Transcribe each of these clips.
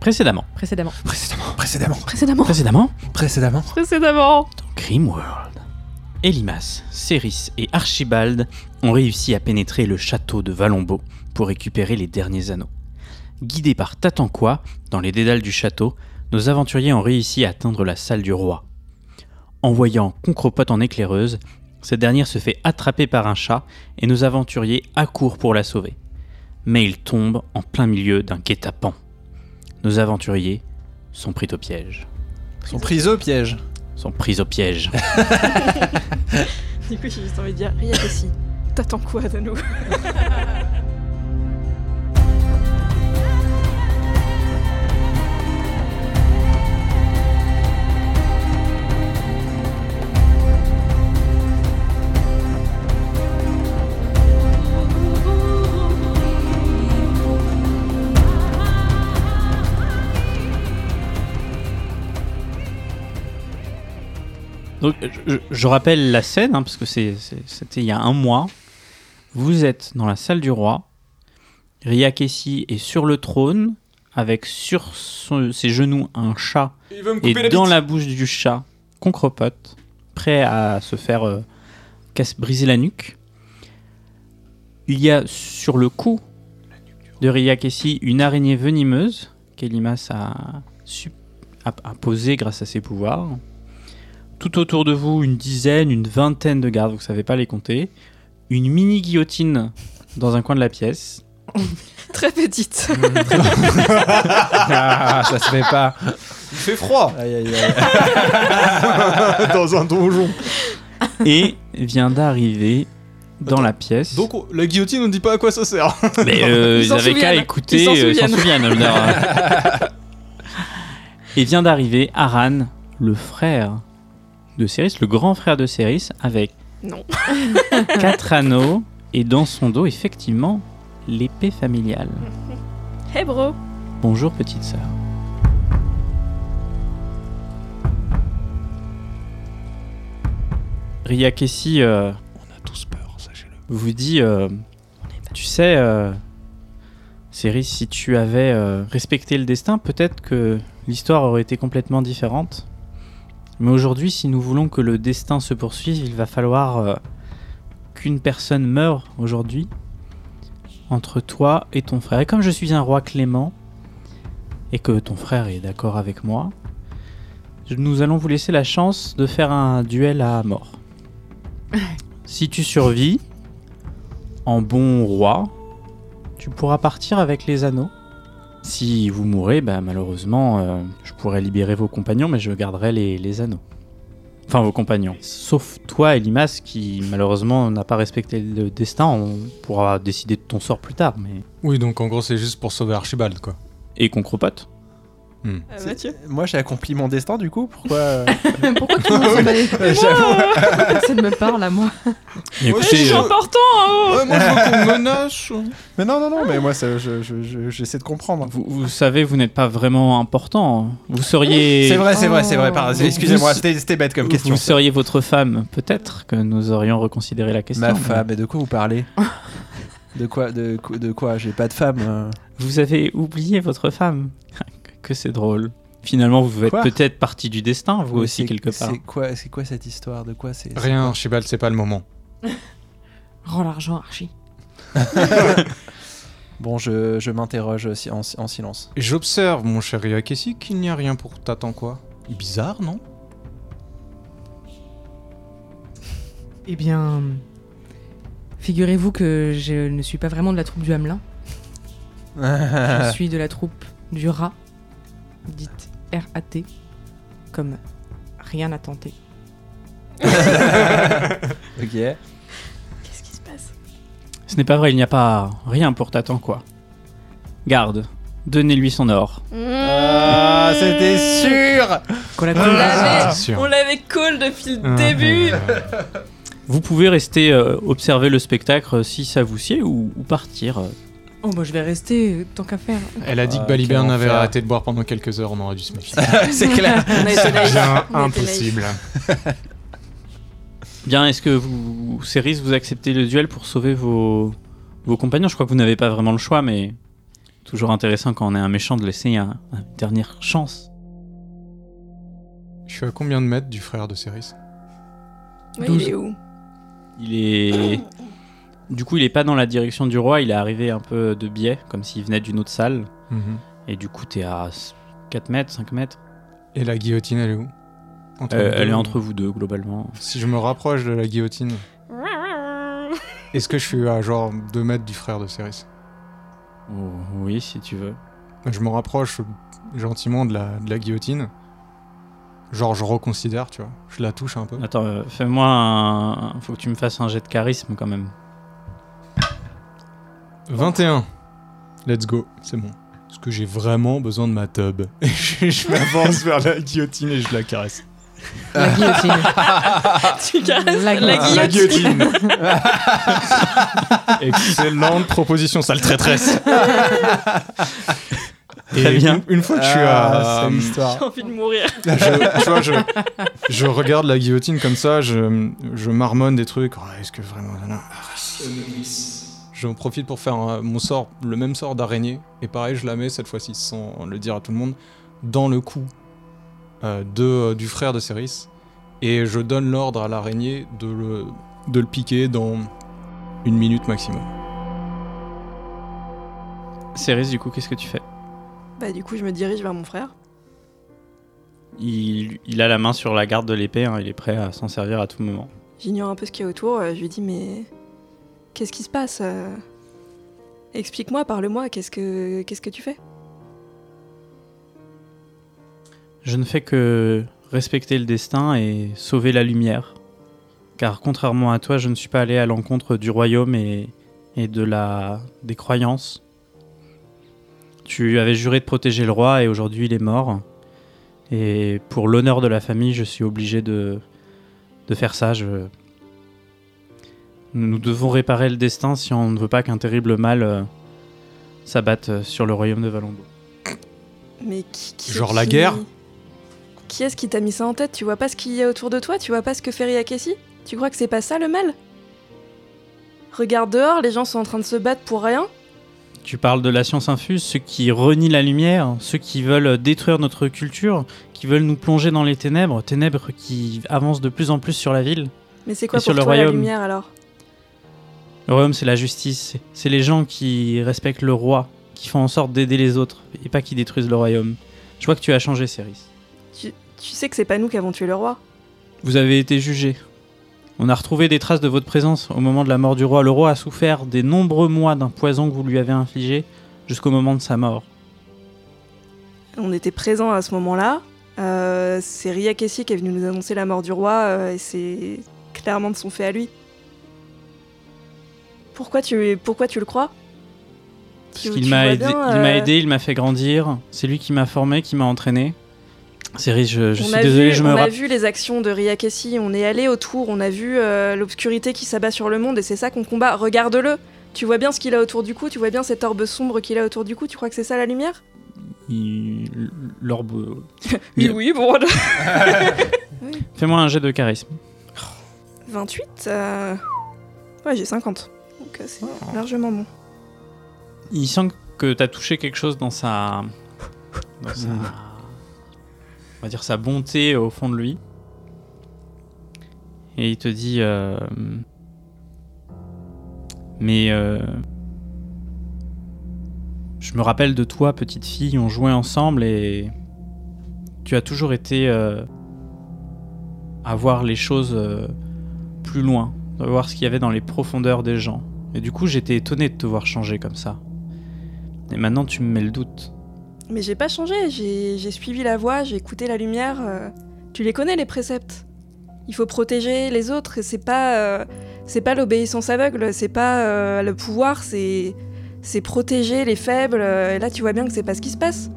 Précédemment. Précédemment. Précédemment, précédemment, Précédemment. Précédemment, précédemment. Précédemment. Grimworld. Elimas, Céris et Archibald ont réussi à pénétrer le château de Valombo pour récupérer les derniers anneaux. Guidés par Tatanqua, dans les dédales du château, nos aventuriers ont réussi à atteindre la salle du roi. Envoyant Concropote en éclaireuse, cette dernière se fait attraper par un chat et nos aventuriers accourent pour la sauver. Mais ils tombent en plein milieu d'un guet-apens. Nos aventuriers sont pris au piège. Sont pris au piège. Sont pris au piège. Du coup, j'ai juste envie de dire, rien aussi. T'attends quoi de nous Donc, je, je- je rappelle la scène, hein, parce que c'est- c'est- c'était il y a un mois. Vous êtes dans la salle du roi. Ria Kessi est sur le trône, avec sur son- ses genoux un chat, Il veut me et dans la bouche du chat, Concrepote, prêt à se faire euh, casse- briser la nuque. Il y a sur le cou de Ria Kessi une araignée venimeuse qu'Elimas a, su- a- a posée grâce à ses pouvoirs. Tout autour de vous, une dizaine, une vingtaine de gardes, vous ne savez pas les compter. Une mini guillotine dans un coin de la pièce. Très petite. Mm. Ah, ça se fait pas. Il fait froid. Dans un donjon. Et vient d'arriver dans la pièce. Donc on- la guillotine, on ne dit pas à quoi ça sert. Mais euh, Ils ils s'en n'avaient qu'à souviennent. écouter, Ils s'en euh, ils s'en souviennent. souviennent. je veux dire, euh. Et vient d'arriver Aran, le frère de Céris, le grand frère de Céris, avec Non. quatre anneaux et dans son dos, effectivement, l'épée familiale. Hey bro. Bonjour, petite sœur. Ria Kessi euh, On a tous peur, sachez-le. vous dit euh, Tu sais, euh, Céris, si tu avais euh, respecté le destin, peut-être que l'histoire aurait été complètement différente. Mais aujourd'hui, si nous voulons que le destin se poursuive, il va falloir euh, qu'une personne meure aujourd'hui entre toi et ton frère. Et comme je suis un roi clément, et que ton frère est d'accord avec moi, je- nous allons vous laisser la chance de faire un duel à mort. si tu survis, en bon roi, tu pourras partir avec les anneaux. Si vous mourrez, bah, malheureusement, euh, je pourrai libérer vos compagnons, mais je garderai les, les anneaux. Enfin, vos compagnons. Sauf toi, Elimas, qui malheureusement n'a pas respecté le destin. On pourra décider de ton sort plus tard, mais. Oui, donc en gros, c'est juste pour sauver Archibald, quoi. Et qu'on cropote. Euh, Mathieu. Moi, j'ai accompli mon destin, du coup. Pourquoi euh, Pourquoi tout le monde s'en bat les couilles Personne me parle à moi. Eh, je suis euh, important hein, oh moi, je veux qu'on menace. Mais non, non, non. Mais moi, ça, je- je- je- j'essaie de comprendre. Vous, vous savez, vous n'êtes pas vraiment important. Vous seriez. C'est vrai, c'est vrai, c'est vrai. pardon. Vous- Excusez-moi, vous- c'était c'était bête comme question. Vous seriez votre femme, peut-être que nous aurions reconsidéré la question. Ma mais femme, mais de quoi vous parlez De quoi De, quoi- de quoi J'ai pas de femme. euh. Vous avez oublié votre femme. que c'est drôle. Finalement, vous êtes Quoi peut-être partie du destin, vous aussi, Euh, C'est- quelque part. C'est quoi, c'est quoi cette histoire De quoi c'est Rien, Archibald, c'est pas le moment. Rends l'argent, Archie. Bon, je, je m'interroge si- en, en silence. J'observe, mon cher Iakessi, qu'il n'y a rien pour t'attends quoi. Bizarre, non Eh bien, figurez-vous que je ne suis pas vraiment de la troupe du Hamelin. Je Ah. suis de la troupe du rat, dite RAT, comme rien à tenter. ok. Qu'est-ce qui se passe Ce n'est pas vrai, il n'y a pas rien pour t'attendre, quoi. Garde, donnez-lui son or. Ah, c'était sûr Quand Ah, la On troupe- l'avait- Ah, c'est sûr. On l'avait call depuis Ah, le début. Vous pouvez rester euh, observer le spectacle euh, si ça vous sied ou, ou partir. euh. Oh, moi je vais rester euh, tant qu'à faire. Elle a dit Ah, que Balibert quel n'avait enfer. arrêté de boire pendant quelques heures, on aurait dû se méfier. C'est clair. On a été naïfs. Bien On a été impossible. Bien, est-ce que vous, Céris, vous acceptez le duel pour sauver vos, vos compagnons Je crois que vous n'avez pas vraiment le choix, mais Toujours intéressant quand on est un méchant de laisser un- une dernière chance. Je suis à combien de mètres du frère de Céris Ouais, Douze. il est où Il est. Du coup, il est pas dans la direction du roi, il est arrivé un peu de biais, comme s'il venait d'une autre salle. Mhm. Et du coup, t'es à 4 mètres, 5 mètres. Et la guillotine, elle est où Entre Euh, les elle deux. est entre vous deux, globalement. Si je me rapproche de la guillotine, est-ce que je suis à genre 2 mètres du frère de Céris Oh, oui, si tu veux. Je me rapproche gentiment de la, de la guillotine. Genre, je reconsidère, tu vois. Je la touche un peu. Attends, euh, fais-moi un. Faut que tu me fasses un jet de charisme quand même. 21. Let's go, c'est bon. Parce que j'ai vraiment besoin de ma tub. je je m'avance vers la guillotine et je la caresse. La guillotine. Tu caresses La Ah. la, guillotine. Ah, La guillotine. guillotine Excellente proposition, sale traîtresse Très bien. Une, une fois que je suis Ah, à. c'est l'histoire. J'ai envie de mourir. je, tu vois, je, je regarde la guillotine comme ça, je, je marmonne des trucs. Oh, Est-ce que vraiment. non, non. J'en profite pour faire un- mon sort, le même sort d'araignée. Et pareil, je la mets cette fois-ci, sans le dire à tout le monde, dans le cou euh, de, euh, du frère de Céris. Et je donne l'ordre à l'araignée de le, de le piquer dans une minute maximum. Céris, du coup, qu'est-ce que tu fais Bah, du coup, je me dirige vers mon frère. il, il a la main sur la garde de l'épée, hein, il est prêt à s'en servir à tout moment. J'ignore un peu ce qu'il y a autour. euh, Je lui dis, mais. Qu'est-ce qui se passe euh Explique-moi, parle-moi, qu'est-ce que... qu'est-ce que tu fais Je ne fais que respecter le destin et sauver la lumière. Car contrairement à toi, je ne suis pas allé à l'encontre du royaume et, et de la des croyances. Tu avais juré de protéger le roi et aujourd'hui il est mort. Et pour l'honneur de la famille, je suis obligé de, de faire ça. Je- Nous devons réparer le destin si on ne veut pas qu'un terrible mal euh, s'abatte sur le royaume de Valombo. Mais qui, qui- Genre la qui- guerre Qui est-ce qui t'a mis ça en tête Tu vois pas ce qu'il y a autour de toi Tu vois pas ce que fait Riakessi Tu crois que c'est pas ça le mal Regarde dehors, les gens sont en train de se battre pour rien. Tu parles de la science infuse, ceux qui renient la lumière, ceux qui veulent détruire notre culture, qui veulent nous plonger dans les ténèbres, ténèbres qui avancent de plus en plus sur la ville. Mais c'est quoi Et pour sur le toi la royaume lumière alors Le royaume, c'est la justice, c'est les gens qui respectent le roi, qui font en sorte d'aider les autres, et pas qui détruisent le royaume. Je vois que tu as changé, Céris. tu, tu sais que c'est pas nous qui avons tué le roi. Vous avez été jugé. On a retrouvé des traces de votre présence au moment de la mort du roi. Le roi a souffert des nombreux mois d'un poison que vous lui avez infligé jusqu'au moment de sa mort. On était présents à ce moment-là. Euh, c'est Riakessi qui est venu nous annoncer la mort du roi euh, et c'est clairement de son fait à lui. Pourquoi tu, pourquoi tu le crois Parce Tu- qu'il tu m'a vois aidé, bien, il euh, m'a aidé, il m'a fait grandir. C'est lui qui m'a formé, qui m'a entraîné. Céris, je, je on suis a désolé, vu, je me on a rappelle. vu les actions de Riakessi, on est allé autour, on a vu euh, l'obscurité qui s'abat sur le monde et c'est ça qu'on combat. Regarde-le. Tu vois bien ce qu'il a autour du cou, tu vois bien cette orbe sombre qu'il a autour du cou, tu crois que c'est ça la lumière L'orbe. Oui, Oui, oui, bon. Fais-moi un jet de charisme. 28 euh, Ouais, j'ai 50. Donc euh, c'est Oh. largement bon. Il sent que t'as touché quelque chose dans sa. Dans sa. On va dire sa bonté au fond de lui. Et il te dit. euh, Mais. euh, Je me rappelle de toi, petite fille, on jouait ensemble et. Tu as toujours été. euh, à voir les choses euh, plus loin, à voir ce qu'il y avait dans les profondeurs des gens. Et du coup, j'étais étonné de te voir changer comme ça. Et maintenant, tu me mets le doute. Mais j'ai pas changé, j'ai j'ai suivi la voie, j'ai écouté la lumière. euh, tu les connais les préceptes. Il faut protéger les autres et c'est pas euh, c'est pas l'obéissance aveugle, c'est pas euh, le pouvoir, c'est c'est protéger les faibles. euh, et là, tu vois bien que c'est pas ce qui se passe.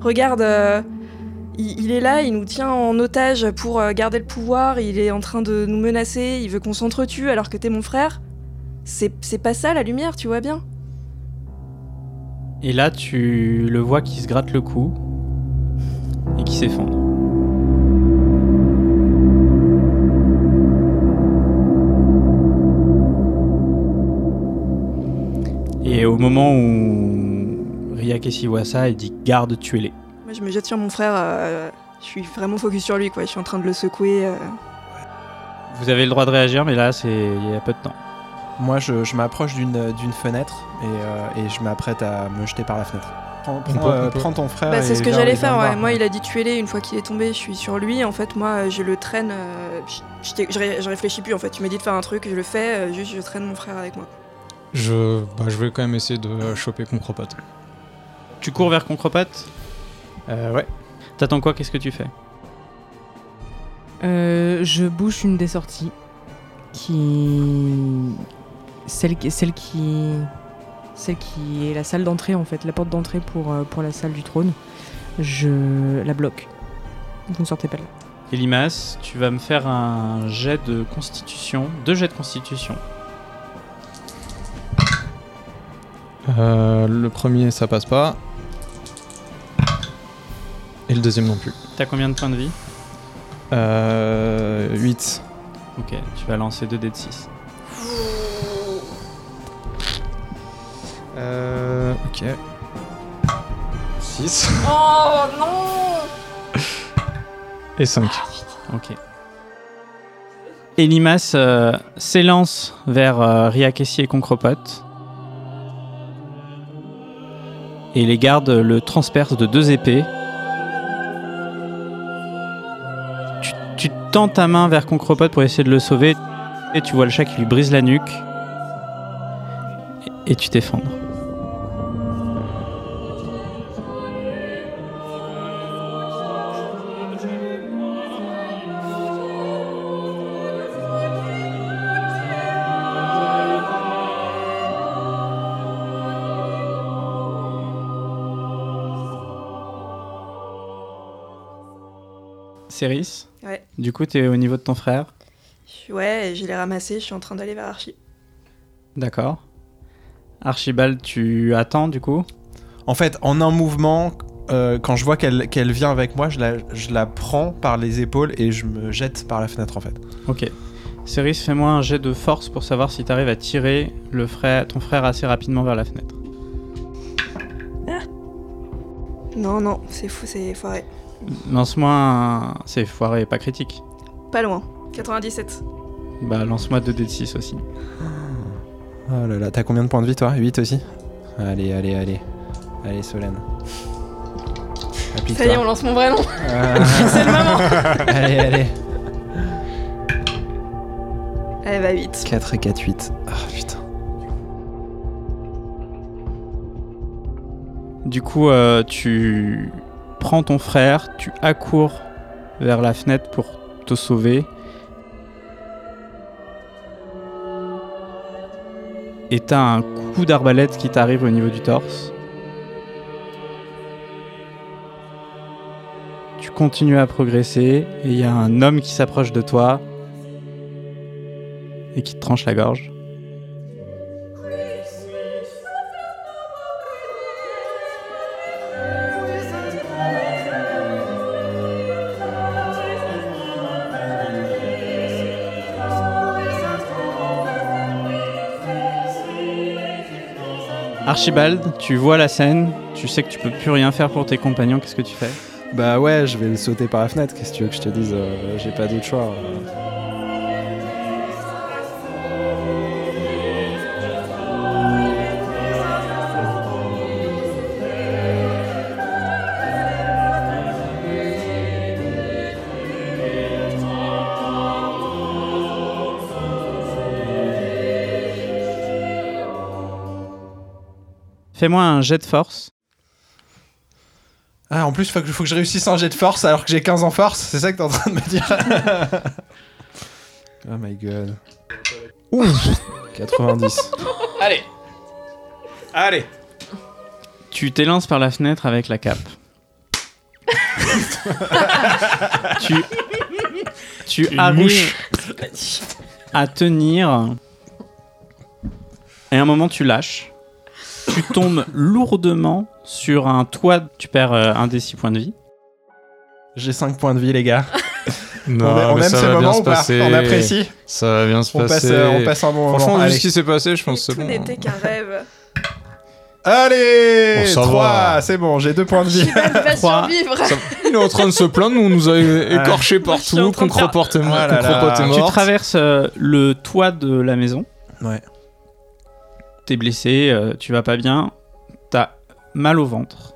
Regarde, euh, il, il est là, il nous tient en otage pour euh, garder le pouvoir. Il est en train de nous menacer. Il veut qu'on s'entretue alors que t'es mon frère. C'est c'est pas ça la lumière, tu vois bien. Et là, tu le vois qui se gratte le cou et qui s'effondre. Et au moment où Briac et Siwasa et dit garde, tuez-les. Moi, je me jette sur mon frère. euh, je suis vraiment focus sur lui, quoi. Je suis en train de le secouer. euh. Vous avez le droit de réagir, mais là, c'est il y a peu de temps. Moi, je, je m'approche d'une d'une fenêtre et, euh, et je m'apprête à me jeter par la fenêtre. Prends, prends, peut- euh, on peut. prends ton frère. Bah, c'est et ce que viens- j'allais et viens faire, me ouais. voir. Moi, il a dit tuer-les une fois qu'il est tombé, je suis sur lui. En fait, moi, je le traîne. euh, je, je t'ai- je ré- je réfléchis plus, en fait. Tu m'as dit de faire un truc, je le fais, euh, juste je traîne mon frère avec moi. Je, bah, je vais quand même essayer de euh, choper Concropote. Tu cours vers Concrepote Euh, ouais. T'attends quoi Qu'est-ce que tu fais Euh, je bouche une des sorties qui celle qui celle qui celle qui est la salle d'entrée en fait, la porte d'entrée pour euh, pour la salle du trône. Je la bloque. Vous ne sortez pas de là. Elimas, tu vas me faire un jet de constitution, deux jets de constitution. Euh, le premier, ça passe pas. Et le deuxième non plus. T'as combien de points de vie Euh, 8. Ok, tu vas lancer 2 dés de 6. Euh, ok. 6. Oh non Et 5. Ok. Elimas euh, s'élance vers euh, Riakessi et Concropote. Et les gardes le transpercent de deux épées. Tu, tu tends ta main vers Concropote pour essayer de le sauver. Et tu vois le chat qui lui brise la nuque. Et, et tu t'effondres. Céris Ouais. Du coup, t'es au niveau de ton frère. Je suis- Ouais, je l'ai ramassé, je suis en train d'aller vers Archie. D'accord. Archibald, tu attends du coup En fait, en un mouvement, euh, quand je vois qu'elle qu'elle vient avec moi, je la, je la prends par les épaules et je me jette par la fenêtre en fait. Ok. Céris, fais-moi un jet de force pour savoir si t'arrives à tirer le frère, ton frère assez rapidement vers la fenêtre. Non, non, c'est fou, c'est foiré. Lance-moi un. C'est foiré, pas critique. Pas loin. 97. Bah, lance-moi 2d6 aussi. Oh là là, t'as combien de points de vie toi 8 aussi Allez, allez, allez. Allez, Solène. Ça y est, Applique-toi. on lance mon vrai nom. c'est le moment Allez, allez. Elle va Eh bah, vite. 4 et 4, 8. Ah putain. Du coup, euh, tu prends ton frère, tu accours vers la fenêtre pour te sauver. Et t'as un coup d'arbalète qui t'arrive au niveau du torse. Tu continues à progresser et il y a un homme qui s'approche de toi et qui te tranche la gorge. Archibald, tu vois la scène, tu sais que tu peux plus rien faire pour tes compagnons, qu'est-ce que tu fais Bah ouais, je vais le sauter par la fenêtre. Qu'est-ce que tu veux que je te dise Euh, J'ai pas d'autre choix. Fais-moi un jet de force. Ah, en plus, faut que, faut que je réussisse un jet de force alors que j'ai 15 en force. C'est ça que t'es en train de me dire Oh my god. Ouh 90. Allez Allez Tu t'élances par la fenêtre avec la cape. tu tu arrives à tenir et à un moment tu lâches. Tu tombes lourdement sur un toit, tu perds euh, un des six points de vie. J'ai 5 points de vie, les gars. Non, on a- on mais aime ça ce va bien moment se ou pas passer. On apprécie. Ça va bien se On passe, passer. euh, on passe un bon moment. Franchement, vu Allez. hein. ce qui s'est passé, je pense que Tout c'est bon. n'était qu'un rêve. Allez Bon, ça 3, va. c'est bon, j'ai deux points de vie. Archibald va Trois. survivre. Il est en train de se plaindre, on nous a écorché je suis en partout, train de contre-porte est Ah mort, là contre-porte là. est Tu morte. traverses euh, le toit de la maison. Ouais. T'es blessé, euh, tu vas pas bien, t'as mal au ventre.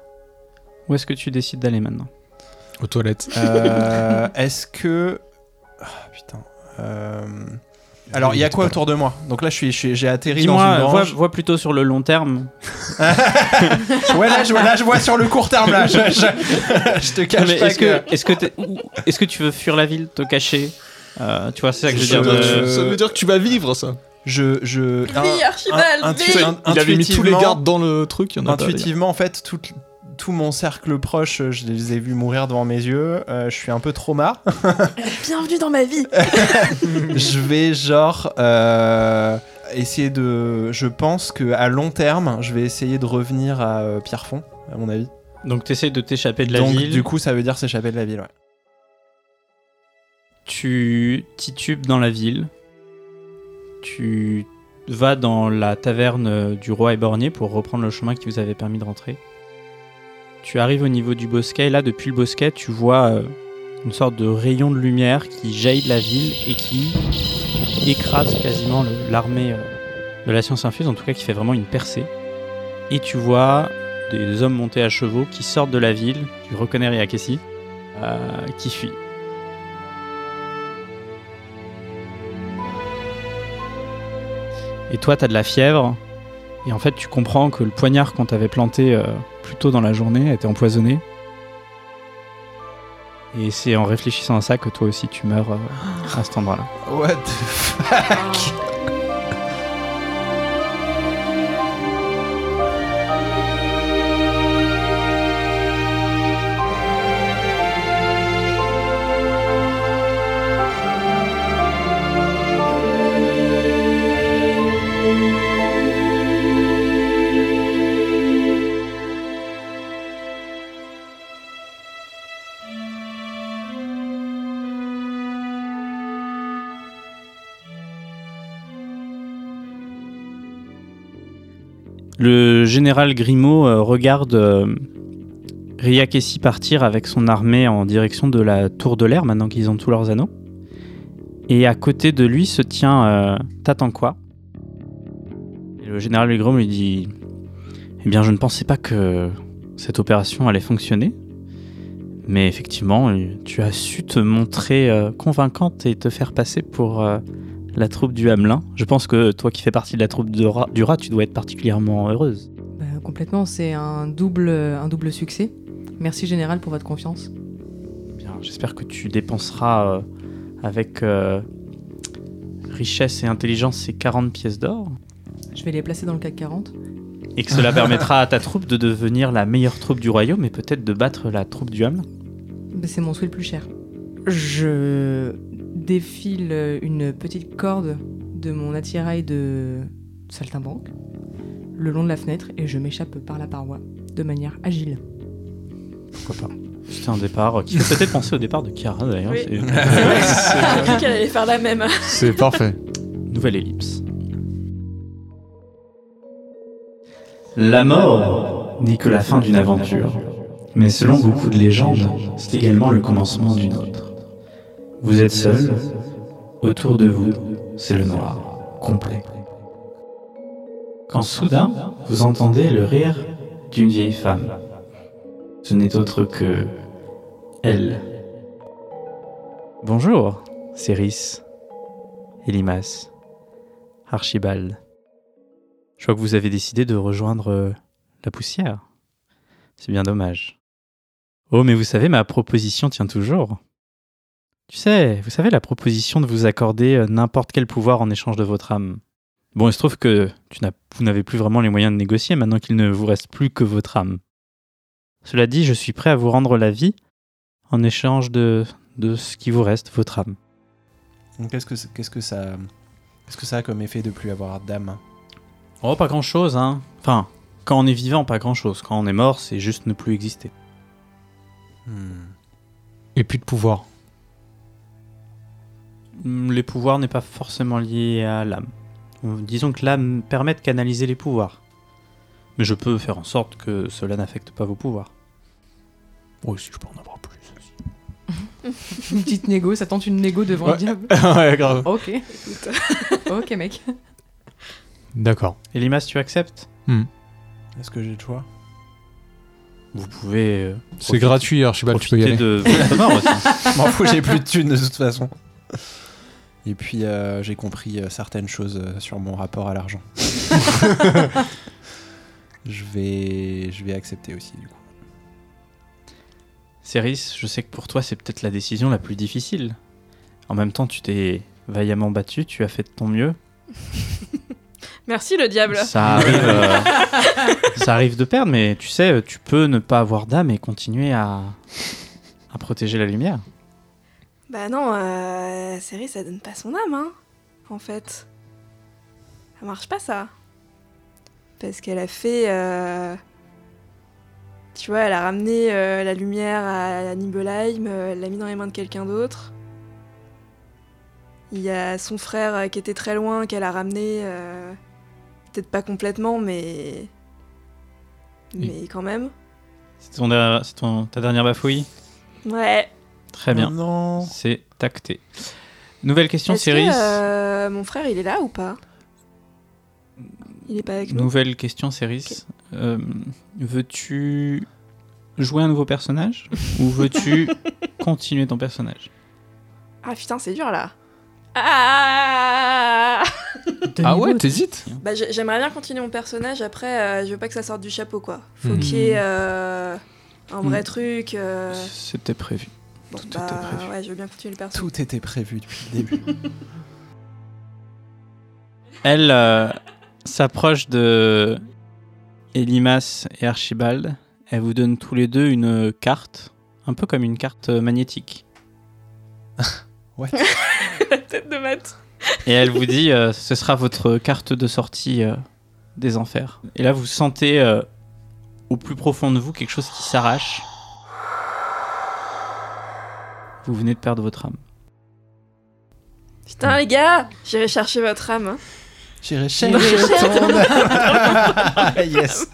Où est-ce que tu décides d'aller maintenant Aux toilettes. Euh, Est-ce que. Ah, putain. Euh, Alors, il y a quoi autour de moi Donc là, je suis, je suis- j'ai atterri dans une Dis-moi, vois, grange. vois plutôt sur le long terme. Ouais, là je, vois- là, je vois sur le court terme, là. Je, je- je te cache Mais pas est-ce que, est-ce que, t'es- ou- est-ce que tu veux fuir la ville, te cacher Euh, Tu vois, c'est ça que je veux dire. Euh, de- Ça veut dire que tu vas vivre ça. Je. je Oui, Archibald, intu- oui. in- Il avait mis tous les intuitivement- gardes dans le truc, il y en a pas. d'ailleurs. Intuitivement, en fait, tout, tout mon cercle proche, euh, je les ai vus mourir devant mes yeux. Euh, je suis un peu trop marre. Bienvenue dans ma vie. je vais genre euh, essayer de. Je pense que à long terme, je vais essayer de revenir à euh, Pierrefonds, à mon avis. Donc t'essayes de t'échapper de la Donc ville. du coup, ça veut dire s'échapper de la ville. Ouais. Tu titubes dans la ville. Tu vas dans la taverne euh, du roi éborgné pour reprendre le chemin qui vous avait permis de rentrer. Tu arrives au niveau du bosquet et là, depuis le bosquet, tu vois euh, une sorte de rayon de lumière qui jaillit de la ville et qui écrase quasiment le- l'armée euh, de la science infuse, en tout cas qui fait vraiment une percée. Et tu vois des hommes montés à chevaux qui sortent de la ville, tu reconnais Riakessi, euh, qui fuit. Et toi, t'as de la fièvre. Et en fait, tu comprends que le poignard qu'on t'avait planté euh, plus tôt dans la journée a été empoisonné. Et c'est en réfléchissant à ça que toi aussi tu meurs euh, à cet endroit-là. What the fuck Le général Grimaud euh, regarde euh, Riakessi partir avec son armée en direction de la tour de l'air, maintenant qu'ils ont tous leurs anneaux. Et à côté de lui se tient euh, T'attends quoi Et le général Grimaud lui dit Eh bien, je ne pensais pas que cette opération allait fonctionner. Mais effectivement, euh, tu as su te montrer euh, convaincante et te faire passer pour euh, la troupe du Hamelin. Je pense que toi qui fais partie de la troupe de Ra- du rat, tu dois être particulièrement heureuse. Bah, complètement, c'est un double, un double succès. Merci général pour votre confiance. Bien, j'espère que tu dépenseras euh, avec euh, richesse et intelligence ces 40 pièces d'or Je vais les placer dans le CAC 40. et que cela permettra à ta troupe de devenir la meilleure troupe du royaume et peut-être de battre la troupe du Hamelin. Bah, c'est mon souhait le plus cher. Je défile une petite corde de mon attirail de saltimbanque le long de la fenêtre et je m'échappe par la paroi de manière agile. Pourquoi pas C'était un départ euh, qui fait peut-être penser au départ de Kiara d'ailleurs. Oui. C'est- J'ai cru qu'elle allait faire la même. C'est parfait. Nouvelle ellipse. La mort n'est que la fin d'une aventure, mais selon beaucoup de légendes, c'est également le commencement d'une autre. Vous êtes seul, autour de vous, c'est le noir, complet. Quand soudain, vous entendez le rire d'une vieille femme. Ce n'est autre que. elle. Bonjour, Céris. Elimas, Archibald. Je vois que vous avez décidé de rejoindre euh, la poussière. C'est bien dommage. Oh, mais vous savez, ma proposition tient toujours. Tu sais, vous savez, la proposition de vous accorder euh, n'importe quel pouvoir en échange de votre âme. Bon, il se trouve que tu n'as- vous n'avez plus vraiment les moyens de négocier maintenant qu'il ne vous reste plus que votre âme. Cela dit, je suis prêt à vous rendre la vie en échange de, de ce qui vous reste, votre âme. Donc, Qu'est-ce que, c'est- qu'est-ce que ça. Qu'est-ce que ça a comme effet de plus avoir d'âme Oh, pas grand chose, hein. Enfin, quand on est vivant, pas grand chose. Quand on est mort, c'est juste ne plus exister. Hmm. Et puis de pouvoir. Hmm, Les pouvoirs n'est pas forcément lié à l'âme. On- Disons que l'âme permet de canaliser les pouvoirs. Mais je peux faire en sorte que cela n'affecte pas vos pouvoirs. Oui, si je peux en avoir plus. Une petite négo, ça tente une négo devant Ouais. le diable. ouais, grave. Ok. ok, mec. D'accord. Elimas, tu acceptes Est-ce que j'ai le choix Vous pouvez euh, C'est gratuit, Archibald, Bah, tu peux y profiter aller. de votre mort aussi. Je M'en fous, j'ai plus de thunes de toute façon. Et puis euh, j'ai compris euh, certaines choses euh, sur mon rapport à l'argent. je vais, je vais accepter aussi du coup. Céris, je sais que pour toi, c'est peut-être la décision la plus difficile. En même temps, tu t'es vaillamment battu, tu as fait de ton mieux. Merci le diable. Ça arrive, euh, ça arrive de perdre, mais tu sais, euh, tu peux ne pas avoir d'âme et continuer à, à protéger la lumière. Bah non, euh, série, ça donne pas son âme, hein, en fait. Ça marche pas, ça. Parce qu'elle a fait... euh, Tu vois, elle a ramené euh, la lumière à, à Nibelheim, euh, elle l'a mis dans les mains de quelqu'un d'autre. Il y a son frère euh, qui était très loin, qu'elle a ramené... euh, Peut-être pas complètement, mais... Oui. Mais quand même. C'est ton, der- c'est ton- ta dernière bafouille Ouais. Très bien, Oh Non. c'est tacté. Nouvelle question, Est-ce que, Céris. euh, mon frère, il est là ou pas Il est pas avec nous. Nouvelle question, Céris. Euh, veux-tu jouer un nouveau personnage ou veux-tu continuer ton personnage Ah putain, c'est dur là. Ah Donnez-vous votre- t'hésites bah, j'ai- j'aimerais bien continuer mon personnage. Après, euh, je veux pas que ça sorte du chapeau quoi. Faut Hmm. qu'il y ait euh, un vrai Hmm. truc. euh, C'était prévu. bon, tout était bah, prévu. ouais, je veux bien continuer le personnage. Tout était prévu depuis le début. Elle euh, s'approche de Elimas et Archibald. Elle vous donne tous les deux une carte, un peu comme une carte magnétique. La tête de Matt. Et elle vous dit, euh, ce sera votre carte de sortie euh, des enfers. Et là, vous sentez euh, au plus profond de vous quelque chose qui s'arrache. Vous venez de perdre votre âme. Putain, les gars, j'irai chercher votre âme. hein. J'irai chercher ton Ah, yes.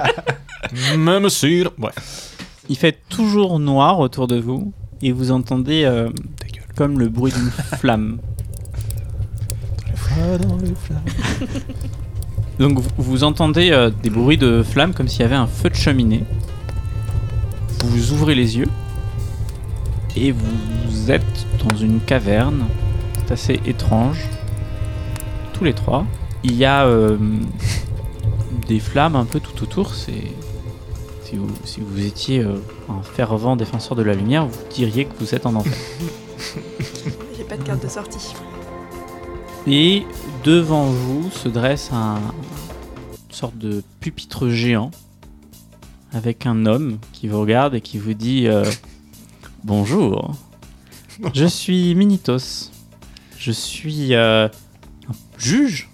Même sûr. Ouais. Il fait toujours noir autour de vous et vous entendez euh, comme le bruit d'une flamme. Donc vous, vous entendez euh, des bruits de flammes comme s'il y avait un feu de cheminée. Vous ouvrez les yeux et vous êtes dans une caverne. C'est assez étrange. Tous les trois. Il y a euh, des flammes un peu tout autour. C'est si vous, si vous étiez euh, un fervent défenseur de la lumière, vous diriez que vous êtes en enfer. J'ai pas de carte de sortie. Et devant vous se dresse un une sorte de pupitre géant avec un homme qui vous regarde et qui vous dit euh, Bonjour, je suis Minitos, je suis euh, un juge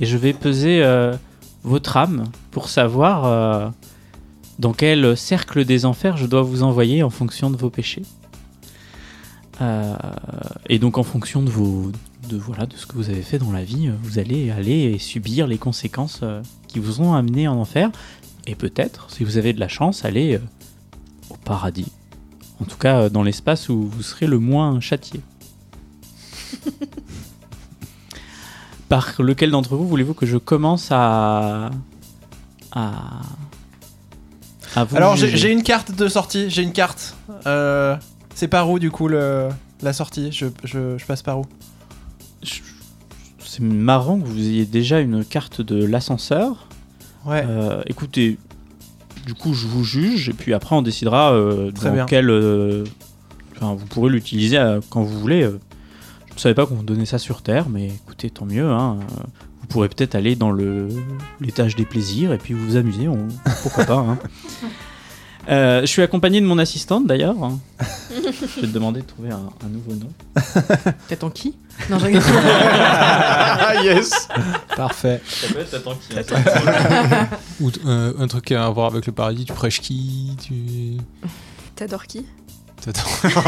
et je vais peser euh, votre âme pour savoir euh, dans quel cercle des enfers je dois vous envoyer en fonction de vos péchés. Euh, et donc en fonction de vos, de voilà de ce que vous avez fait dans la vie, euh, vous allez aller et subir les conséquences euh, qui vous ont amené en enfer et peut-être si vous avez de la chance aller euh, au paradis. En tout cas euh, dans l'espace où vous serez le moins châtié. Par lequel d'entre vous voulez-vous que je commence à à, à vous Alors j'ai juger j'ai une carte de sortie. J'ai une carte. Euh, c'est par où du coup le, la sortie je, je, je passe par où Je- c'est marrant que vous ayez déjà une carte de l'ascenseur. Ouais. Euh, écoutez, du coup, je vous juge, et puis après, on décidera euh, Très dans bien. quel. euh, enfin, vous pourrez l'utiliser euh, quand vous voulez. euh. Je ne savais pas qu'on donnait ça sur Terre, mais écoutez, tant mieux. hein. Euh, Vous pourrez peut-être aller dans le l'étage des plaisirs et puis vous vous amuser. on- Pourquoi pas hein. Euh, Je suis accompagné de mon assistante d'ailleurs. hein. je vais te demander de trouver un, un nouveau nom. T'attends qui Non, je rigole. Ah, yes Parfait. Ça peut être t'attends qui Ou euh, un truc à voir avec le paradis, tu prêches qui Tu. T'adores qui T'attends.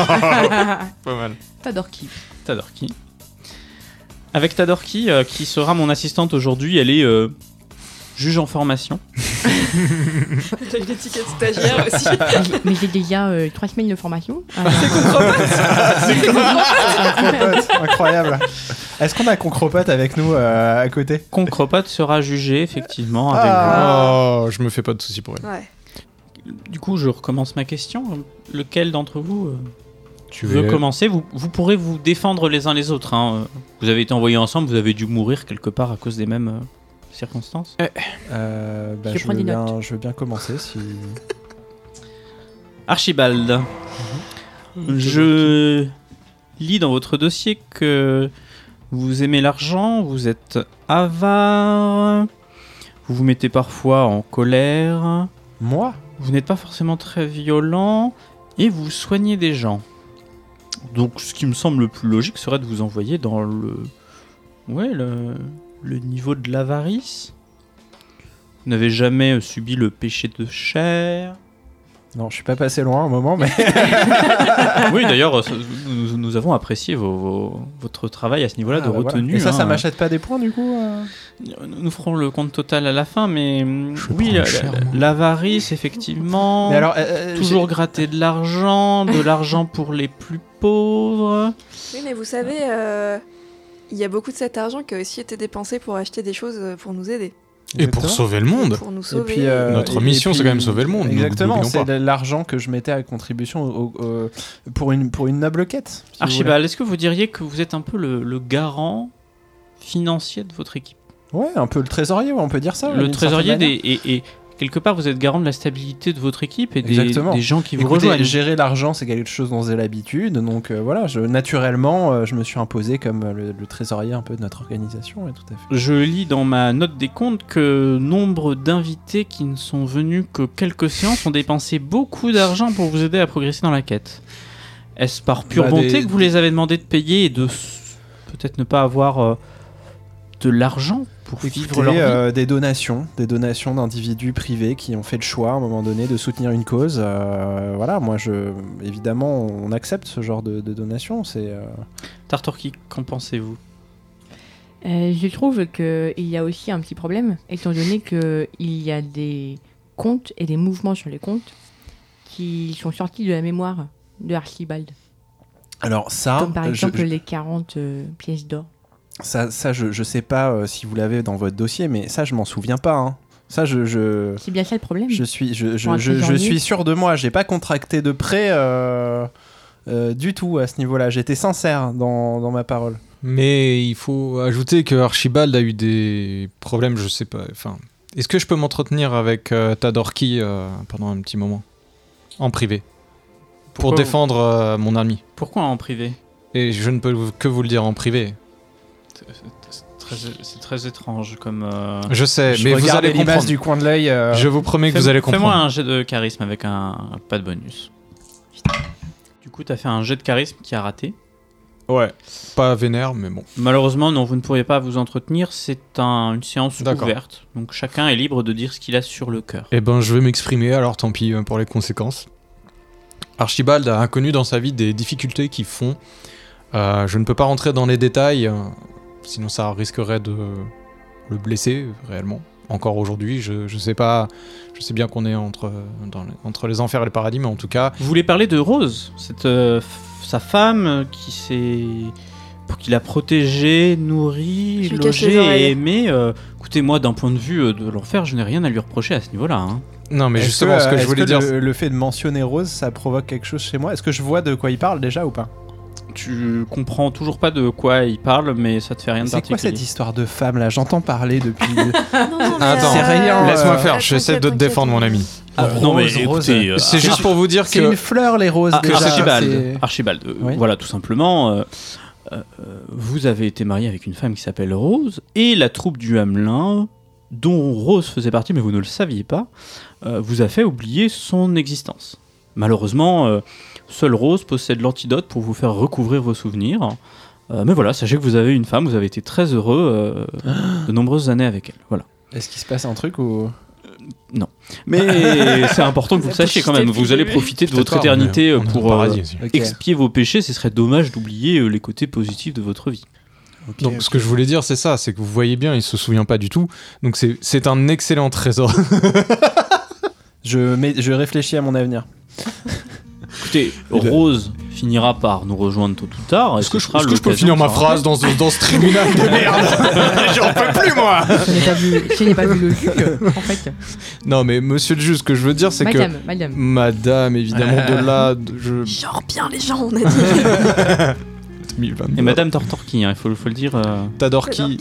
Pas mal. T'adores qui Tadorki. Avec Tadorki, euh, qui sera mon assistante aujourd'hui, elle est, euh, juge en formation. T'as une étiquette stagiaire aussi. Mais j'ai déjà euh, trois semaines de formation. Alors, Concropote, incroyable. Est-ce qu'on a Concropote avec nous euh, à côté Concropote sera jugé effectivement avec Ah. Oh, je me fais pas de soucis pour elle. Ouais. vous. Du coup, je recommence ma question. Lequel d'entre vous euh, Tu veut commencer vous, vous pourrez vous défendre les uns les autres. hein. Euh, Vous avez été envoyés ensemble, vous avez dû mourir quelque part à cause des mêmes euh, circonstances. Euh, bah, Je je, prends veux des bien, je veux bien commencer si. Archibald, je lis dans votre dossier que vous aimez l'argent, vous êtes avare, vous vous mettez parfois en colère, Moi vous n'êtes pas forcément très violent et vous soignez des gens. Donc ce qui me semble le plus logique serait de vous envoyer dans le... Ouais, le, le niveau de l'avarice. Vous n'avez jamais euh, subi le péché de chair. Non, je suis pas passé loin au moment, mais. Oui, d'ailleurs, euh, ça- nous, nous avons apprécié vos- vos- votre travail à ce niveau-là de Ah, bah, voilà. retenue. Et ça, ça hein. m'achète pas des points du coup euh Nous ferons le compte total à la fin, mais hum, Je oui, prends la- cher, la- moi. l'avarice, effectivement. Mais alors, euh, euh, toujours gratter de l'argent, de l'argent pour les plus pauvres. Oui, mais vous savez, euh, il y a beaucoup de cet argent qui a aussi été dépensé pour acheter des choses euh, pour nous aider. j'ai- Et pour Exactement. sauver le monde Pour nous Et sauver. puis, euh, Notre et- et mission, c'est puis- quand même sauver le monde, nous Exactement, l'oublions c'est pas. l'argent que je mettais à contribution au- au- pour, une, pour une noble quête. si vous Archibald, est-ce que vous diriez que vous êtes un peu le, le garant financier de votre équipe voulez. Ouais, un peu le trésorier, ouais, on peut dire ça. Le Ah, d'une certaine trésorier manière. des, et, et quelque part, vous êtes garant de la stabilité de votre équipe et des, Exactement. des gens qui vous Écoutez, rejoignent. gérer l'argent, c'est quelque chose dont j'ai l'habitude, donc euh, voilà, je, naturellement, euh, je me suis imposé comme euh, le, le trésorier un peu de notre organisation, ouais, tout à fait. Je lis dans ma note des comptes que nombre d'invités qui ne sont venus que quelques séances ont dépensé beaucoup d'argent pour vous aider à progresser dans la quête. Est-ce par pure Bah, bonté des- que vous les avez demandé de payer et de s- peut-être ne pas avoir euh, de l'argent pour vivre Écoutez, leur vie euh, des donations, des donations d'individus privés qui ont fait le choix à un moment donné de soutenir une cause. euh, voilà, moi, je, évidemment, on accepte ce genre de, de donations. C'est euh, Tartorki, qu'en pensez-vous euh, je trouve qu'il y a aussi un petit problème, étant donné qu'il y a des comptes et des mouvements sur les comptes qui sont sortis de la mémoire de Archibald. alors Ah, ça, euh, Comme par je- exemple je- les 40 euh, pièces d'or. ça, ça, je, je sais pas euh, si vous l'avez dans votre dossier, mais ça, je m'en souviens pas. hein. Ça, je, Euh, je, C'est bien ça le problème. je suis, je, je- Pour un je- je trésorier. suis sûr de moi. J'ai pas contracté de prêt euh, euh, du tout à ce niveau-là. J'étais sincère dans, dans ma parole. Mais il faut ajouter que Archibald a eu des problèmes, je sais pas. Enfin, est-ce que je peux m'entretenir avec euh, Tadorki euh, pendant un petit moment en privé pour Pourquoi défendre euh, mon ami vous- Pourquoi en privé Et je ne peux vous- que vous le dire en privé. C'est très, c'est très étrange comme. euh, Je sais, Je mais vous regardais allez l'image comprendre. du coin de l'œil. euh, Je vous promets que Fais- vous allez Fais-moi comprendre. un jet de charisme avec un pas de bonus. Du coup, t'as fait un jet de charisme qui a raté. Ouais, pas vénère, mais bon. Malheureusement, non, vous ne pourriez pas vous entretenir. C'est un- une séance D'accord. ouverte. Donc chacun est libre de dire ce qu'il a sur le cœur. Eh ben, je vais m'exprimer, alors tant pis euh, pour les conséquences. Archibald a connu dans sa vie des difficultés qui font. euh, je ne peux pas rentrer dans les détails, euh, sinon ça risquerait de le blesser réellement. Encore aujourd'hui, je, je sais pas. Je sais bien qu'on est entre, dans les- entre les enfers et le paradis, mais en tout cas, Vous voulez parler de Rose, cette, euh, f- sa femme euh, qui s'est. pour qu'il a protégée, nourrie, Je lui casse les logée et oreilles. aimée. euh, Écoutez-moi, d'un point de vue euh, de l'enfer, je n'ai rien à lui reprocher à ce niveau-là. hein. non, mais Est-ce justement, ce euh, que je est-ce voulais dire, Le, le fait de mentionner Rose, ça provoque quelque chose chez moi. Est-ce que je vois de quoi il parle déjà ou pas Tu comprends toujours pas de quoi il parle, mais ça te fait rien de C'est quoi particulier. cette histoire de femme là J'entends parler depuis. Ah, Non, non, mais, Ah, Attends, c'est rien, laisse-moi euh, faire. J'essaie de te t'inquiète, défendre, mon t'inquiète. ami. Ah, Rose, non, mais Rose. écoutez, euh, C'est juste pour vous dire C'est que une fleur les roses Ah, déjà. Archibald, c'est- Archibald, euh, Oui. voilà, tout simplement, euh, euh, euh, vous avez été marié avec une femme qui s'appelle Rose, et la troupe du Hamelin, dont Rose faisait partie, mais vous ne le saviez pas, euh, vous a fait oublier son existence. Malheureusement, euh, seule Rose possède l'antidote pour vous faire recouvrir vos souvenirs. Euh, mais voilà, sachez que vous avez une femme, vous avez été très heureux Ah. euh, de nombreuses années avec elle. Voilà. Est-ce qu'il se passe un truc ou Mais c'est important que vous le sachiez quand même. Vous allez profiter de votre éternité On est au pour euh, paradis, ici. Ok. expier vos péchés. Ce serait dommage d'oublier euh, les côtés positifs de votre vie. Ok, Donc, ok. ce que je voulais dire, c'est ça, c'est que vous voyez bien, il se souvient pas du tout. Donc, c'est- c'est un excellent trésor. Je, mets- je réfléchis à mon avenir. Écoutez, Il a- Rose finira par nous rejoindre tôt ou tard. et Est-ce que, ce je, sera est-ce que je peux l'occasion hein. finir ma de se rappeler. phrase dans ce, dans ce tribunal de merde J'en peux plus, moi Je n'ai pas vu, je n'ai pas vu le cul, en fait. Non, mais monsieur le juge, ce que je veux dire, c'est que. Madame, madame. Madame, évidemment, de Ah. là, de- je. Genre bien les gens, on a dit. Et Madame Tortorki, hein, il faut, le- faut le dire. euh, Tadorki,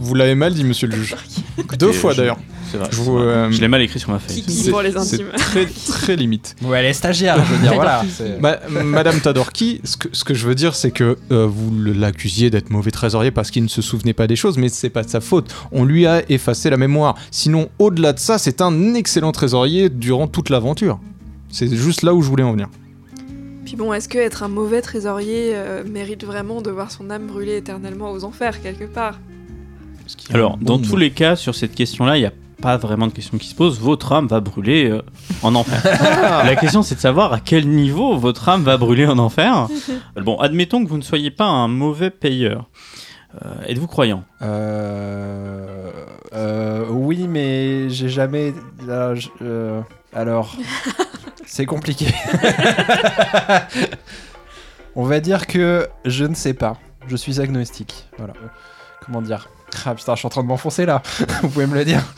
vous l'avez mal dit, monsieur le juge. Deux écoutez, fois je- d'ailleurs. c'est vrai, Je c'est vous, vrai. euh, Je l'ai mal écrit sur ma feuille. Kiki C'est- pour les c'est intimes. Très, très limite. Ouais, elle est stagiaire, je veux dire, voilà. c'est- Ma- Bah, Madame Tadorki, ce que, ce que je veux dire, c'est que euh, vous le- l'accusiez d'être mauvais trésorier parce qu'il ne se souvenait pas des choses, mais c'est pas de sa faute. On lui a effacé la mémoire. Sinon, au-delà de ça, c'est un excellent trésorier durant toute l'aventure. C'est juste là où je voulais en venir. Puis bon, est-ce que être un mauvais trésorier euh, mérite vraiment de voir son âme brûler éternellement aux enfers quelque part Alors, dans tous les cas, sur cette question-là, il n'y a pas vraiment de question qui se pose. Votre âme va brûler euh, en enfer. La question, c'est de savoir à quel niveau votre âme va brûler en enfer. Bon, admettons que vous ne soyez pas un mauvais payeur. Euh, Êtes-vous croyant Euh, euh, oui, mais j'ai jamais. là, je- euh, alors, c'est compliqué. On va dire que je ne sais pas. Je suis agnostique. Voilà. Comment dire Ah putain, je suis en train de m'enfoncer là. Vous pouvez me le dire.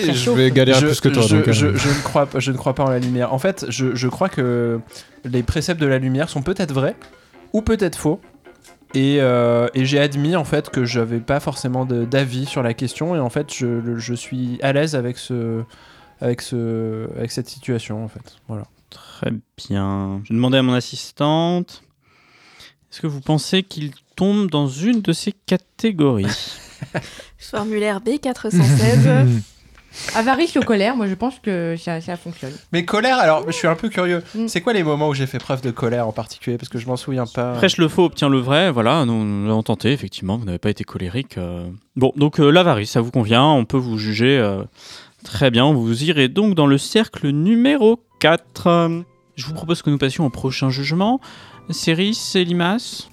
C'est je chaud. vais galérer je, plus que toi. je- donc, euh, je- je ne crois pas, je ne crois pas en la lumière. En fait, je, je crois que les préceptes de la lumière sont peut-être vrais ou peut-être faux. Et, euh, et j'ai admis en fait que j'avais pas forcément de- d'avis sur la question et en fait je, le- je suis à l'aise avec ce avec ce avec cette situation en fait voilà Très bien. Je demandais à mon assistante est-ce que vous pensez qu'il tombe dans une de ces catégories Formulaire B416. Avarice ou colère, moi je pense que ça, ça fonctionne. mais colère alors je suis un peu curieux Mm. c'est quoi les moments où j'ai fait preuve de colère en particulier parce que je m'en souviens pas Prêche le faux, obtient le vrai. Voilà, nous, nous l'avons tenté, effectivement. Vous n'avez pas été colérique. euh. Bon, donc euh, l'avarice, ça vous convient. On peut vous juger. euh, Très bien. Vous irez donc dans le cercle numéro 4. Je vous propose que nous passions au prochain jugement. Céris et Limas.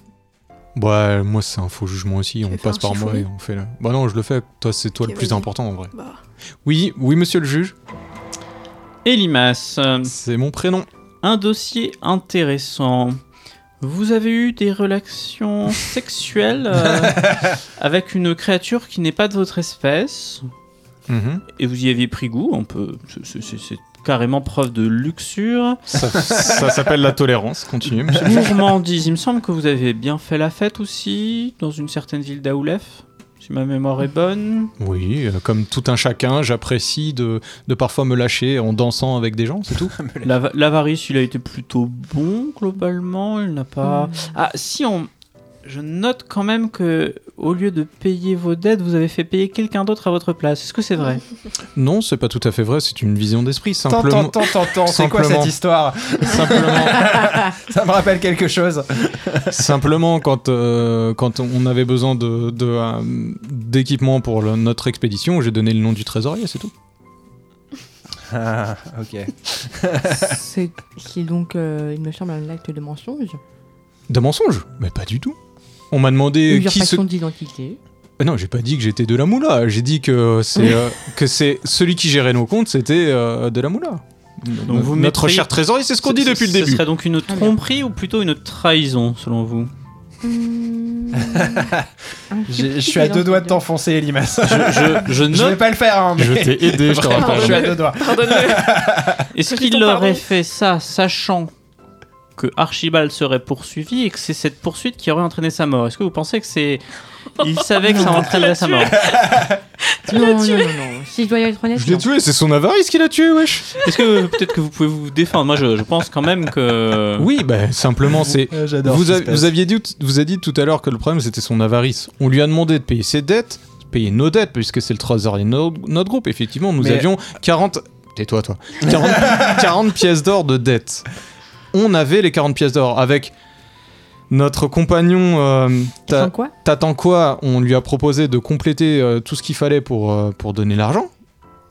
Bah, moi, c'est un faux jugement aussi. On fais passe faire un par moi et chiffonier on fait là. Bah, non, je le fais. Toi, c'est toi Ok, le plus vas-y. important en vrai. Bah, Oui, oui, monsieur le juge. Et Limas. euh, C'est mon prénom. Un dossier intéressant. Vous avez eu des relations sexuelles euh, avec une créature qui n'est pas de votre espèce Mhm. et vous y aviez pris goût. On peut, c'est- c'est- c'est c'est carrément preuve de luxure. Ça, ça s'appelle la tolérance. Continue. monsieur. Gourmandise, il me semble que vous avez bien fait la fête aussi, dans une certaine ville d'Aoulef, si ma mémoire est bonne. Oui, euh, comme tout un chacun, j'apprécie de, de parfois me lâcher en dansant avec des gens, c'est tout. L'ava- L'avarice, il a été plutôt bon, globalement, il n'a pas... Ah, si on... Je note quand même que, au lieu de payer vos dettes, vous avez fait payer quelqu'un d'autre à votre place. Est-ce que c'est vrai Non, c'est pas tout à fait vrai, c'est une vision d'esprit, tant simplement. tant, tant, tant, c'est quoi Simplement. cette histoire simplement, ça me rappelle quelque chose simplement quand, euh, quand on avait besoin de, de, euh, d'équipement pour le- notre expédition, j'ai donné le nom du trésorier, c'est tout. ah, ok C'est c'est donc, euh, il me semble, un acte de mensonge. De mensonge Mais pas du tout. On m'a demandé qui se... Usurpation d'identité. Ah Non, j'ai pas dit que j'étais de la moula, j'ai dit que c'est, euh, que c'est celui qui gérait nos comptes, c'était euh, de la moula. Donc vous notre mettriez- cher trésorier, c'est ce qu'on dit Ce- depuis le ce- Ce début. serait donc une Très bien. tromperie ou plutôt une trahison, selon vous Mmh. Un J'ai- je subtil suis à deux doigts de identité. t'enfoncer Elimas Je, je- je Je note vais pas le faire, hein, mais... Je t'ai aidé, je te Vraiment, rappelle. je suis à deux doigts. pardonne-le. Est-ce Christon, qu'il aurait pardon. fait ça sachant que Archibald serait poursuivi et que c'est cette poursuite qui aurait entraîné sa mort Est-ce que vous pensez que c'est. Il savait que ça entraînerait sa mort. Non, non, non, non. Si je dois y être honnête, Je l'ai non. tué, c'est son avarice qui l'a tué, wesh Est-ce que peut-être que vous pouvez vous défendre Moi, je, je pense quand même que. Oui, bah simplement c'est... Euh, J'adore. Vous, ce a- qui se vous passe. aviez dit, vous avez dit tout à l'heure que le problème c'était son avarice. On lui a demandé de payer ses dettes, payer nos dettes, puisque c'est le trésorier de notre, notre groupe. Effectivement, nous Mais- avions 40... Tais-toi toi. 40, 40 pièces d'or de dettes. On avait les 40 pièces d'or avec... Notre compagnon, euh, Ta- Sans quoi T'attends quoi On lui a proposé de compléter euh, tout ce qu'il fallait pour, euh, pour donner l'argent.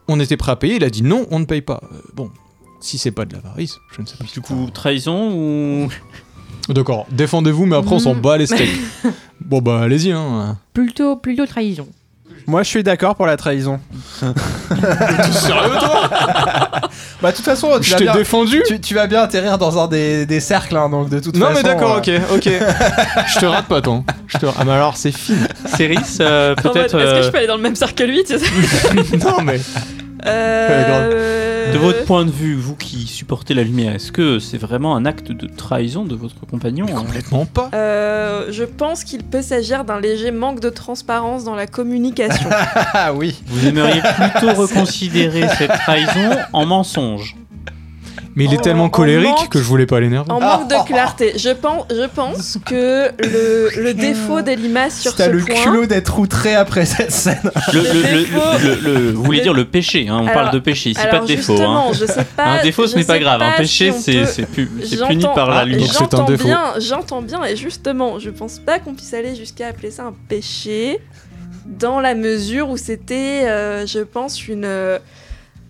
On était prêt à payer, il a dit non, on ne paye pas. Euh, bon, si c'est pas de l'avarice, je ne sais pas. Du coup, trahison ou. D'accord, défendez-vous, mais après on s'en Mm. bat les steaks. bon bah allez-y, hein. Plutôt, plutôt trahison. Moi, je suis d'accord pour la trahison. Sérieux toi Bah, de toute façon, tu Je vas, t'ai bien, défendu tu, tu vas bien atterrir dans un des, des cercles, hein, donc de toute Non façon. mais d'accord, euh, ok, ok. Je te rate pas, tant. Je te... Ah mais alors c'est fini. Céris, euh, En mode, peut-être. Est-ce que je euh, peux aller dans le même cercle que lui tu sais non mais... Euh, De votre point de vue, vous qui supportez la lumière, est-ce que c'est vraiment un acte de trahison de votre compagnon hein Complètement pas. Euh, je pense qu'il peut s'agir d'un léger manque de transparence dans la communication. Ah oui. Vous aimeriez plutôt reconsidérer cette trahison en mensonge. Mais il est Oh, tellement on colérique manque. que je voulais pas l'énerver. en manque de clarté. Je pense, je pense que le, le défaut des limaces sur T'as ce le point. culot d'être outré après cette scène. Le, le- le- défaut. le- le- le- vous voulez dire le péché, hein, on Alors- parle de péché, c'est alors pas de défaut. hein. justement, je sais pas. un défaut, ce je n'est pas sais grave. Un si péché, on c'est peut- c'est pu- c'est J'entends- Ah, puni par la loi. donc c'est un J'entends défaut. bien, j'entends bien, et justement, je pense pas qu'on puisse aller jusqu'à appeler ça un péché, dans la mesure où c'était, euh, je pense, une, euh,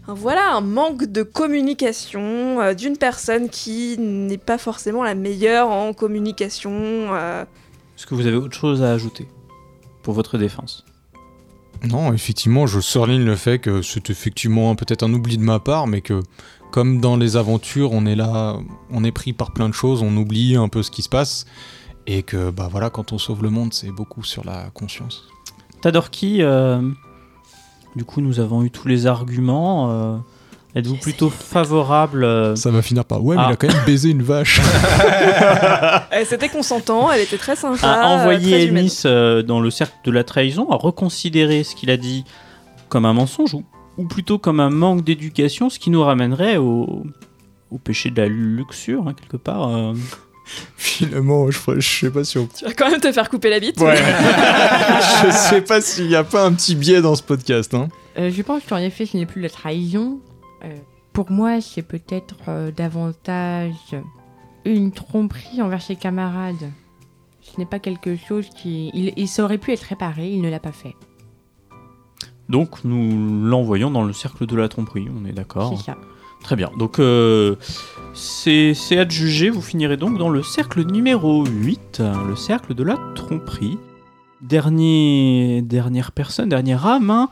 un- voilà, un manque de communication euh, d'une personne qui n'est pas forcément la meilleure en communication. euh, Est-ce que vous avez autre chose à ajouter pour votre défense Non, effectivement, je surligne le fait que c'est effectivement peut-être un oubli de ma part, mais que comme dans les aventures, on est là, on est pris par plein de choses, on oublie un peu ce qui se passe, et que bah voilà, quand on sauve le monde, c'est beaucoup sur la conscience. Tadorki, euh, du coup, nous avons eu tous les arguments. euh, Êtes-vous Yes, plutôt favorable euh, Ça va finir par ouais, mais Ah. il a quand même baisé une vache. elle- Eh, C'était consentant, elle était très sympa. à euh, très envoyer humaine. Emis euh, dans le cercle de la trahison, à reconsidérer ce qu'il a dit comme un mensonge ou, ou plutôt comme un manque d'éducation, ce qui nous ramènerait au, au péché de la luxure, hein, quelque part. euh. Finalement, je, ferais- je sais pas si on... Tu vas quand même te faire couper la bite. je sais pas s'il y a pas un petit biais dans ce podcast. Hein. Euh, je pense qu'en effet, ce n'est plus la trahison. Euh, pour moi, c'est peut-être euh, davantage une tromperie envers ses camarades. Ce n'est pas quelque chose qui... Il, il- ça aurait pu être réparé, il ne l'a pas fait. Donc nous l'envoyons dans le cercle de la tromperie, on est d'accord C'est ça. Très bien, donc euh, c'est c'est adjugé, vous finirez donc dans le cercle numéro 8, hein, le cercle de la tromperie. Dernier, dernière personne, dernière âme, hein,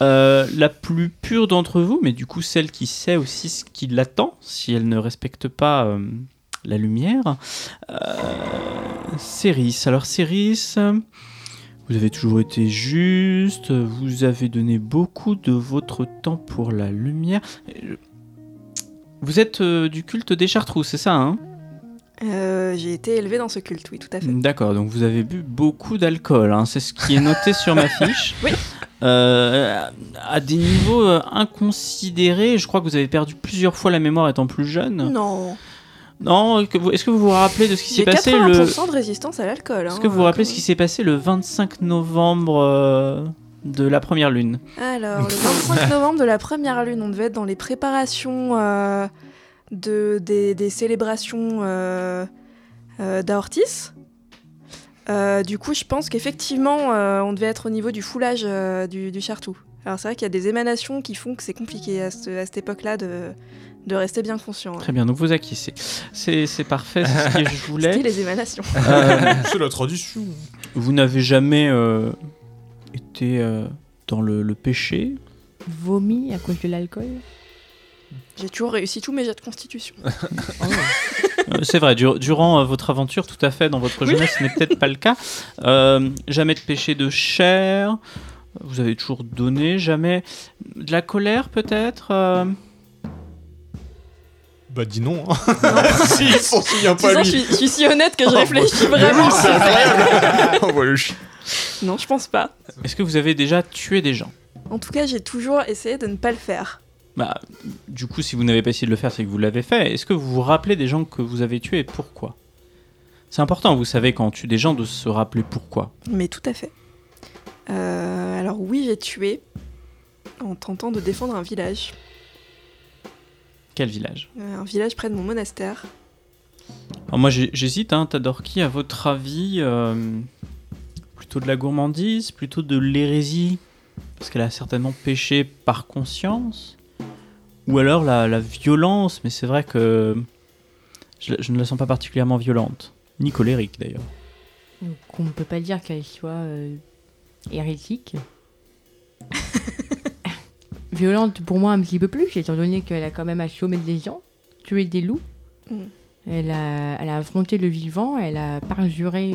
euh, la plus pure d'entre vous, mais du coup celle qui sait aussi ce qui l'attend si elle ne respecte pas euh, la lumière, euh, Céris. Alors Céris, euh, vous avez toujours été juste, vous avez donné beaucoup de votre temps pour la lumière. Euh, Vous êtes euh, du culte des chartreux, c'est ça hein Euh, J'ai été élevée dans ce culte, oui, tout à fait. D'accord, donc vous avez bu beaucoup d'alcool, hein, c'est ce qui est noté sur ma fiche. Oui. Euh, à des niveaux euh, inconsidérés, je crois que vous avez perdu plusieurs fois la mémoire étant plus jeune. Non. Non, que vous- est-ce que vous vous rappelez de ce qui s'est J'ai passé le 80% de résistance à l'alcool. Est-ce hein, que vous vous rappelez quand ce qui s'est passé le 25 novembre euh, de la première lune Alors, le 25 novembre de la première lune, on devait être dans les préparations euh, de, des, des célébrations euh, euh, d'Aortis. Euh, du coup, je pense qu'effectivement, euh, on devait être au niveau du foulage euh, du, du chartou. Alors, c'est vrai qu'il y a des émanations qui font que c'est compliqué à, ce- à cette époque-là de, de rester bien conscient. ouais. Très bien, donc vous acquiescez. C'est c'est parfait, c'est ce que je C'était voulais. les émanations. Euh, C'est la tradition. vous n'avez jamais euh, été euh, dans le, le péché Vomi à cause de l'alcool J'ai toujours réussi tous mes jets de constitution. Ah, Euh, C'est vrai, dur- durant euh, votre aventure, tout à fait, dans votre jeunesse, ce n'est peut-être pas le cas. Euh, jamais de péché de chair, vous avez toujours donné, jamais de la colère peut-être euh, Bah dis non. Hein. si, il s'en souvient Tu sens, pas je lui. suis, je suis si honnête que je Oh, réfléchis vraiment. C'est incroyable. Ah, On voit le chien. Non, je pense pas. Est-ce que vous avez déjà tué des gens En tout cas, j'ai toujours essayé de ne pas le faire. bah, Du coup, si vous n'avez pas essayé de le faire, c'est que vous l'avez fait. Est-ce que vous vous rappelez des gens que vous avez tués et pourquoi C'est important, vous savez, quand on tue des gens, de se rappeler pourquoi. Mais tout à fait. Euh, alors oui, j'ai tué en tentant de défendre un village, Quel village Euh, un village près de mon monastère. Alors moi j'ai- j'hésite, hein, Tadorki, à votre avis, euh, plutôt de la gourmandise, plutôt de l'hérésie, parce qu'elle a certainement péché par conscience, ou alors la, la violence, mais c'est vrai que je, la- je ne la sens pas particulièrement violente. ni colérique d'ailleurs. Donc, on ne peut pas dire qu'elle soit euh, hérétique. Violente pour moi un petit peu plus, étant donné qu'elle a quand même assommé des gens, tué des loups. Mm. Elle, a, elle a affronté le vivant, elle a parjuré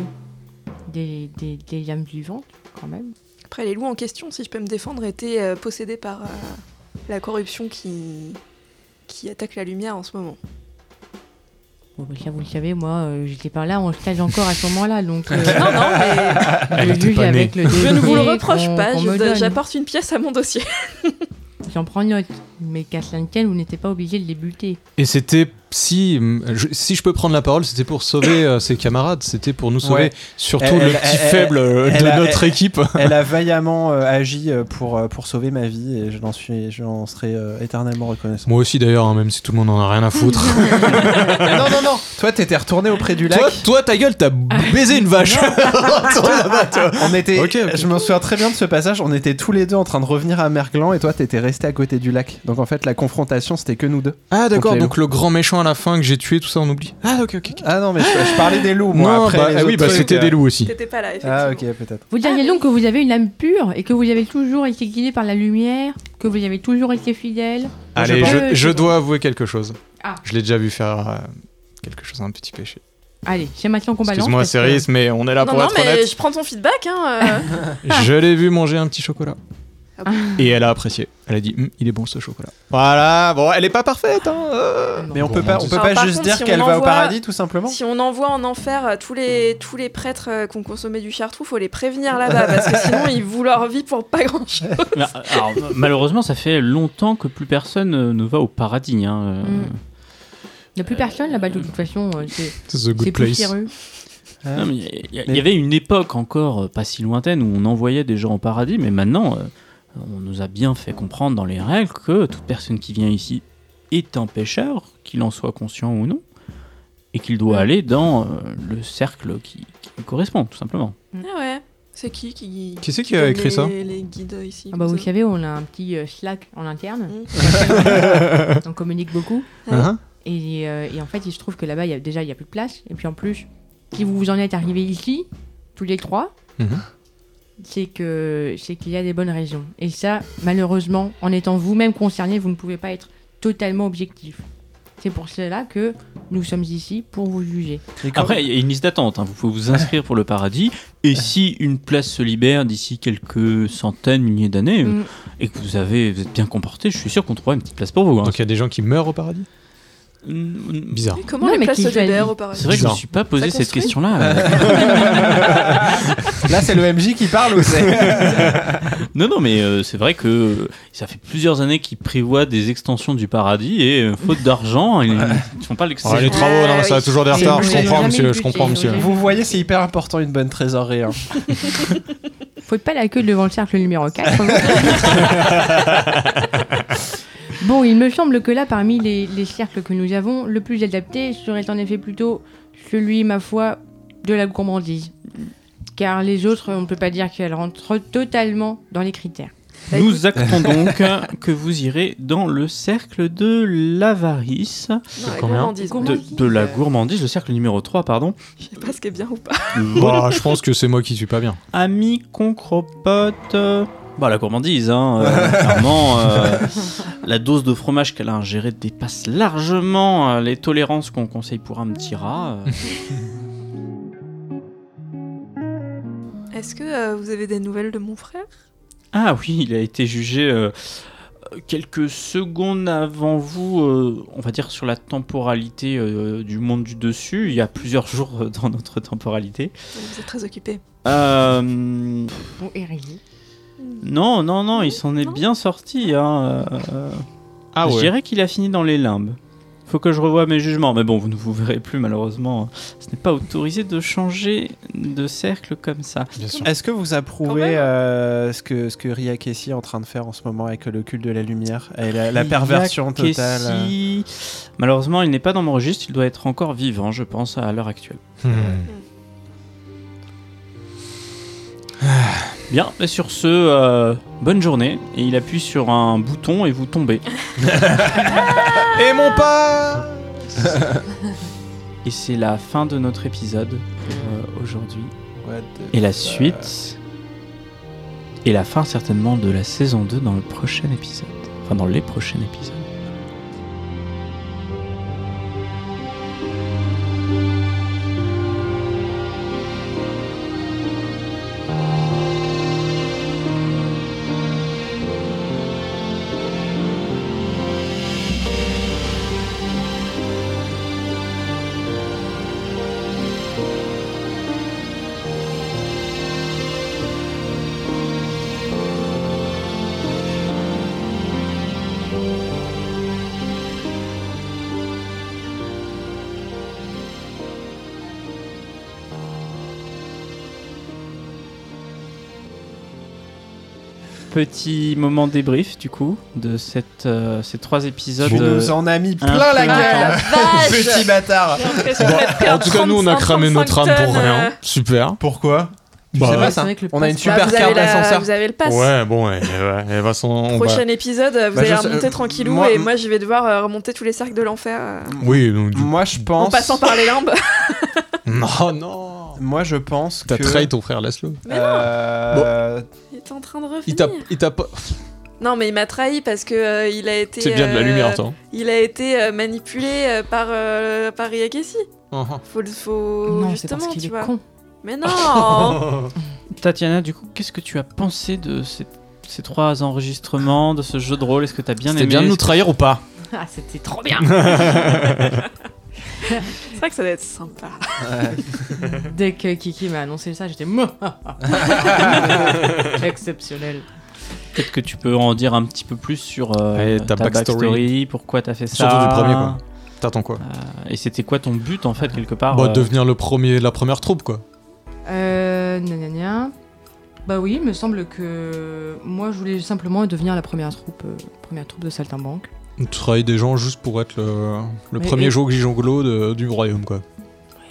des, des, des âmes vivantes, quand même. Après, les loups en question, si je peux me défendre, étaient euh, possédés par euh, la corruption qui... qui attaque la lumière en ce moment. Bon, bah, ça, vous le savez, moi, euh, j'étais pas là en stage encore à ce moment-là, donc. euh, Non, non, mais Elle le était juge pas avec le je ne vous le dossier reproche qu'on- qu'on pas, Bah, je- me donne. j'apporte une pièce à mon dossier. J'en prends note, mais qu'à cela ne tienne, vous n'étiez pas obligé de les buter. Et c'était, si je, si je peux prendre la parole, c'était pour sauver euh, ses camarades, c'était pour nous sauver Ouais. surtout Elle- le elle- petit elle- faible euh, elle de a- notre elle- équipe. Elle a vaillamment euh, agi euh, pour, euh, pour sauver ma vie et je l'en suis, je l'en serai euh, éternellement reconnaissant. Moi aussi d'ailleurs, hein, même si tout le monde en a rien à foutre. non, non, non. Toi, t'étais retourné auprès du lac. toi, toi, ta gueule, t'as baisé une vache. Retourne là-bas, toi. On était. Ok, ok. Je m'en souviens très bien de ce passage. On était tous les deux en train de revenir à Mergland et toi, t'étais resté à côté du lac. Donc en fait, la confrontation, c'était que nous deux. Ah d'accord, les donc le grand méchant à la fin que j'ai tué, tout ça on oublie. Ah ok ok. ok. Ah non, mais je, je parlais des loups. Moi, non, après, bah, les ah oui, autres bah trucs, c'était euh, des loups aussi. T'étais pas là, effectivement. Ah ok, peut-être. Vous diriez donc que vous avez une âme pure et que vous avez toujours été guidé par la lumière, que vous avez toujours été fidèle. Allez, je- je, je dois avouer quelque chose. Ah. Je l'ai déjà vu faire euh, quelque chose, un petit péché. Allez, c'est maintenant qu'on balance. Excuse-moi, bah, parce que- Céris, mais on est là Non, pour non, être mais honnête. Ah, je prends ton feedback. Hein, euh. Je l'ai vu manger un petit chocolat. Ah bon Et elle a apprécié. Elle a dit, Hum, il est bon ce chocolat. Voilà, bon, elle est pas parfaite. Hein, euh. Non. Mais on Bon, peut pas, mon on Dieu. peut Alors, pas par juste contre, dire si on qu'elle va au envoie- paradis, tout simplement. si on envoie en enfer euh, tous les, tous les prêtres euh, qui ont consommé du chartreux, faut les prévenir là-bas, parce que sinon ils vouent leur vie pour pas grand-chose. Mais, Bah, alors, malheureusement, ça fait longtemps que plus personne euh, ne va au paradis. hein, euh. Mm. Il n'y a plus personne là-bas, de toute façon. euh, C'est The c'est good plus place. sérieux. Non, mais Il y, a- il y Mais- avait une époque encore euh, pas si lointaine où on envoyait des gens au paradis, mais maintenant, euh, on nous a bien fait comprendre dans les règles que toute personne qui vient ici est un pêcheur, qu'il en soit conscient ou non, et qu'il doit aller dans euh, le cercle qui, qui lui correspond, tout simplement. Ah ouais, c'est qui qui, Qui c'est qui a donne écrit ça les, les guides euh, Ah ici bah, comme vous ça savez, on a un petit euh, Slack en interne, Mm. on communique beaucoup. Hein Et, euh, et en fait, il se trouve que là-bas, il y a, déjà, il n'y a plus de place. Et puis en plus, si vous vous en êtes arrivés ici, tous les trois, Mhm. c'est que c'est qu'il y a des bonnes raisons. Et ça, malheureusement, en étant vous-même concerné, vous ne pouvez pas être totalement objectif. C'est pour cela que nous sommes ici pour vous juger. Et quand- Après, il y a une liste d'attente, hein, vous pouvez vous inscrire pour le paradis, et si une place se libère d'ici quelques centaines, milliers d'années, euh, Mm. et que vous, avez, vous êtes bien comporté, je suis sûr qu'on trouvera une petite place pour vous. hein. Donc il y a des gens qui meurent au paradis Mm, Bizarre. Mais Comment Non, les mais places qui se choisit libèrent au paradis C'est vrai que je ne Bizarre. me suis pas posé Ça cette construit. question-là. euh. Là, c'est le MJ qui parle ou c'est Non, non, mais euh, c'est vrai que euh, ça fait plusieurs années qu'ils prévoient des extensions du paradis et euh, faute d'argent, ils ne font pas Ah, Les l'extension. travaux, non, ça a oui. toujours des Et retards. nous Je avons comprends, jamais monsieur. le Je budget, comprends, nous monsieur. avons- Vous voyez, c'est hyper important une bonne trésorerie. hein. Faut pas la queue devant le cercle numéro hein. 4. bon, il me semble que là, parmi les, les cercles que nous avons, le plus adapté serait en effet plutôt celui, ma foi, de la gourmandise. Car les autres, on ne peut pas dire qu'elles rentrent totalement dans les critères. Nous actons donc euh, que vous irez dans le cercle de l'avarice, Non, la combien gourmandise, Gourmand- de, de la gourmandise, le cercle numéro 3, pardon. Je sais pas ce qui est bien ou pas. Bah, je pense que c'est moi qui suis pas bien. Ami concropote. euh, Bah, la gourmandise, hein, euh, clairement. euh, la dose de fromage qu'elle a ingérée dépasse largement euh, les tolérances qu'on conseille pour un petit rat. euh. Est-ce que euh, vous avez des nouvelles de mon frère Ah oui, il a été jugé euh, quelques secondes avant vous, euh, on va dire sur la temporalité euh, du monde du dessus, il y a plusieurs jours euh, dans notre temporalité. Vous êtes très occupé. Euh, Bon, Eric. non, non, non, il s'en est Non. bien sorti. hein, euh, euh, Ah Je ouais. dirais qu'il a fini dans les limbes. Faut que je revoie mes jugements, mais bon, vous ne vous verrez plus malheureusement. Ce n'est pas autorisé de changer de cercle comme ça. Bien sûr. Est-ce que vous Quand approuvez même. euh, ce, que, ce que Ria Kessi est en train de faire en ce moment avec le culte de la lumière et la, la Ria perversion totale euh, Kessi. Malheureusement, il n'est pas dans mon registre, il doit être encore vivant, je pense, à l'heure actuelle. Hmm. Bien, et sur ce, euh, bonne journée. Et il appuie sur un bouton et vous euh? tombez. Et mon pas Et c'est la fin de notre épisode pour, euh, aujourd'hui. What the Et la fuck. suite. Et la fin certainement de la saison 2 dans le prochain épisode. Enfin dans les prochains épisodes. Petit moment débrief du coup de cette, euh, ces trois épisodes. Tu euh, nous en as mis un plein la peu Ah, gueule, petit Ah, vache bâtard. J'ai l'impression de faire En tout cas, nous, on a 35, cramé notre âme pour 35 rien. tonnes, euh. Super. Pourquoi Tu Bah, sais pas ouais. ça C'est vrai que le On a une passe- Bah, super vous avez carte la- d'ascenseur. Vous avez le pass. Ouais, bon, elle, elle, elle va s'en. on va- Prochain épisode, vous Bah, allez je sais- remonter euh, tranquillou moi- et moi je vais devoir euh, remonter tous les cercles de l'enfer euh, Oui, donc du Moi je en pense. passant par les limbes. Non, non Moi je pense T'as que. trahi ton frère, laisse-le. euh, Il est en train de Il t'a, revenir. il t'a pas. Non mais il m'a trahi parce que euh, il a été. C'est bien de la euh, lumière, toi. Il a été euh, manipulé euh, par euh, par Iagesi. Faut le- faut Non, c'est justement parce qu'il tu est vois. con. Mais non. Ah Tatiana, du coup, qu'est-ce que tu as pensé de ces, ces trois enregistrements, de ce jeu de rôle Est-ce que t'as bien aimé Est-ce que- trahir ou pas Ah, c'était trop bien. C'est vrai que ça doit être sympa. Dès que Kiki m'a annoncé ça, j'étais exceptionnel. Peut-être que tu peux en dire un petit peu plus sur euh, Et ta ta, backstory. backstory, pourquoi t'as fait ça. Surtout du premier, quoi. T'attends quoi Et c'était quoi ton but en fait quelque part Bah, euh, devenir le premier, la première troupe, quoi. Euh, gna gna gna. Bah oui, il me semble que moi je voulais simplement devenir la première troupe, euh, première troupe de Saltimbanque. Tu trahis des gens juste pour être le, le Mais- premier et- jour jonglo de- du royaume, quoi.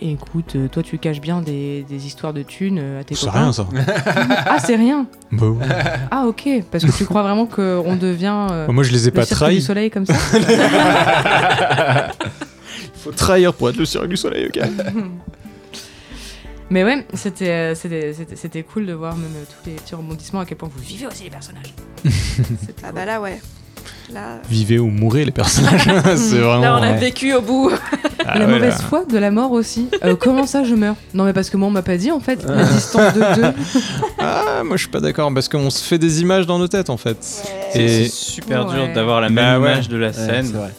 Et écoute, euh, toi tu caches bien des, des histoires de thunes euh, à tes C'est copains. rien, ça. Ah c'est rien. Bah, ouais. Ah ok. Parce que tu crois vraiment qu'on devient euh, Bah, Moi, je les ai le pas cirque du trahis. soleil comme ça Faut trahir pour être le cirque du soleil, ok Mais ouais, c'était euh, c'était- c'était c'était cool de voir même euh, tous les petits rebondissements à quel point vous vivez aussi les personnages. C'était Ah cool. bah là ouais. Là. Vivez ou mourrez, les personnages. C'est vraiment. Là, on a ouais. vécu au bout. Ah, la ouais, mauvaise là. foi de la mort aussi. Euh, comment ça je meurs Non mais parce que moi on m'a pas dit en fait la distance de deux. Ah, moi, je suis pas d'accord, parce qu'on se fait des images dans nos têtes, en fait. C'est Et- super Ouais. dur d'avoir la Bah même ouais. image de la Ouais, scène. c'est vrai.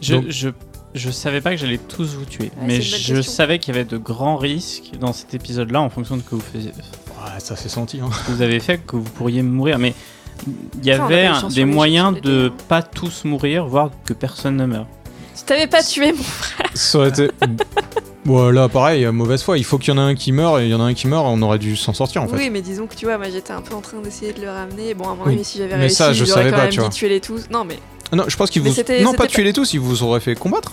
je, Donc- je, je savais pas que j'allais tous vous tuer, mais c'est une bonne je question. savais qu'il y avait de grands risques dans cet épisode-là en fonction de ce que vous, faisiez, Ouais, ça s'est senti, hein. ce que vous avez fait, que vous pourriez mourir. Mais il y Ça, on a avait pas eu un- chance des sur les- moyens sur les de dés, hein. pas tous mourir, voire que personne ne meure. Tu t'avais pas tué mon Ça aurait été. Voilà, pareil, euh, mauvaise foi. Il faut qu'il y en ait un qui meurt, et il y en a un qui meurt, on aurait dû s'en sortir en fait. Oui, mais disons que tu vois, moi j'étais un peu en train d'essayer de le ramener. Bon, à mon Oui. avis, si j'avais Mais réussi, ça, je j'aurais savais quand pas, même tu dit vois. tuez-les tous. Non, mais Ah Non, je pense qu'ils Mais vous. c'était- Non, c'était pas pas- tuer les tous, ils vous auraient fait combattre.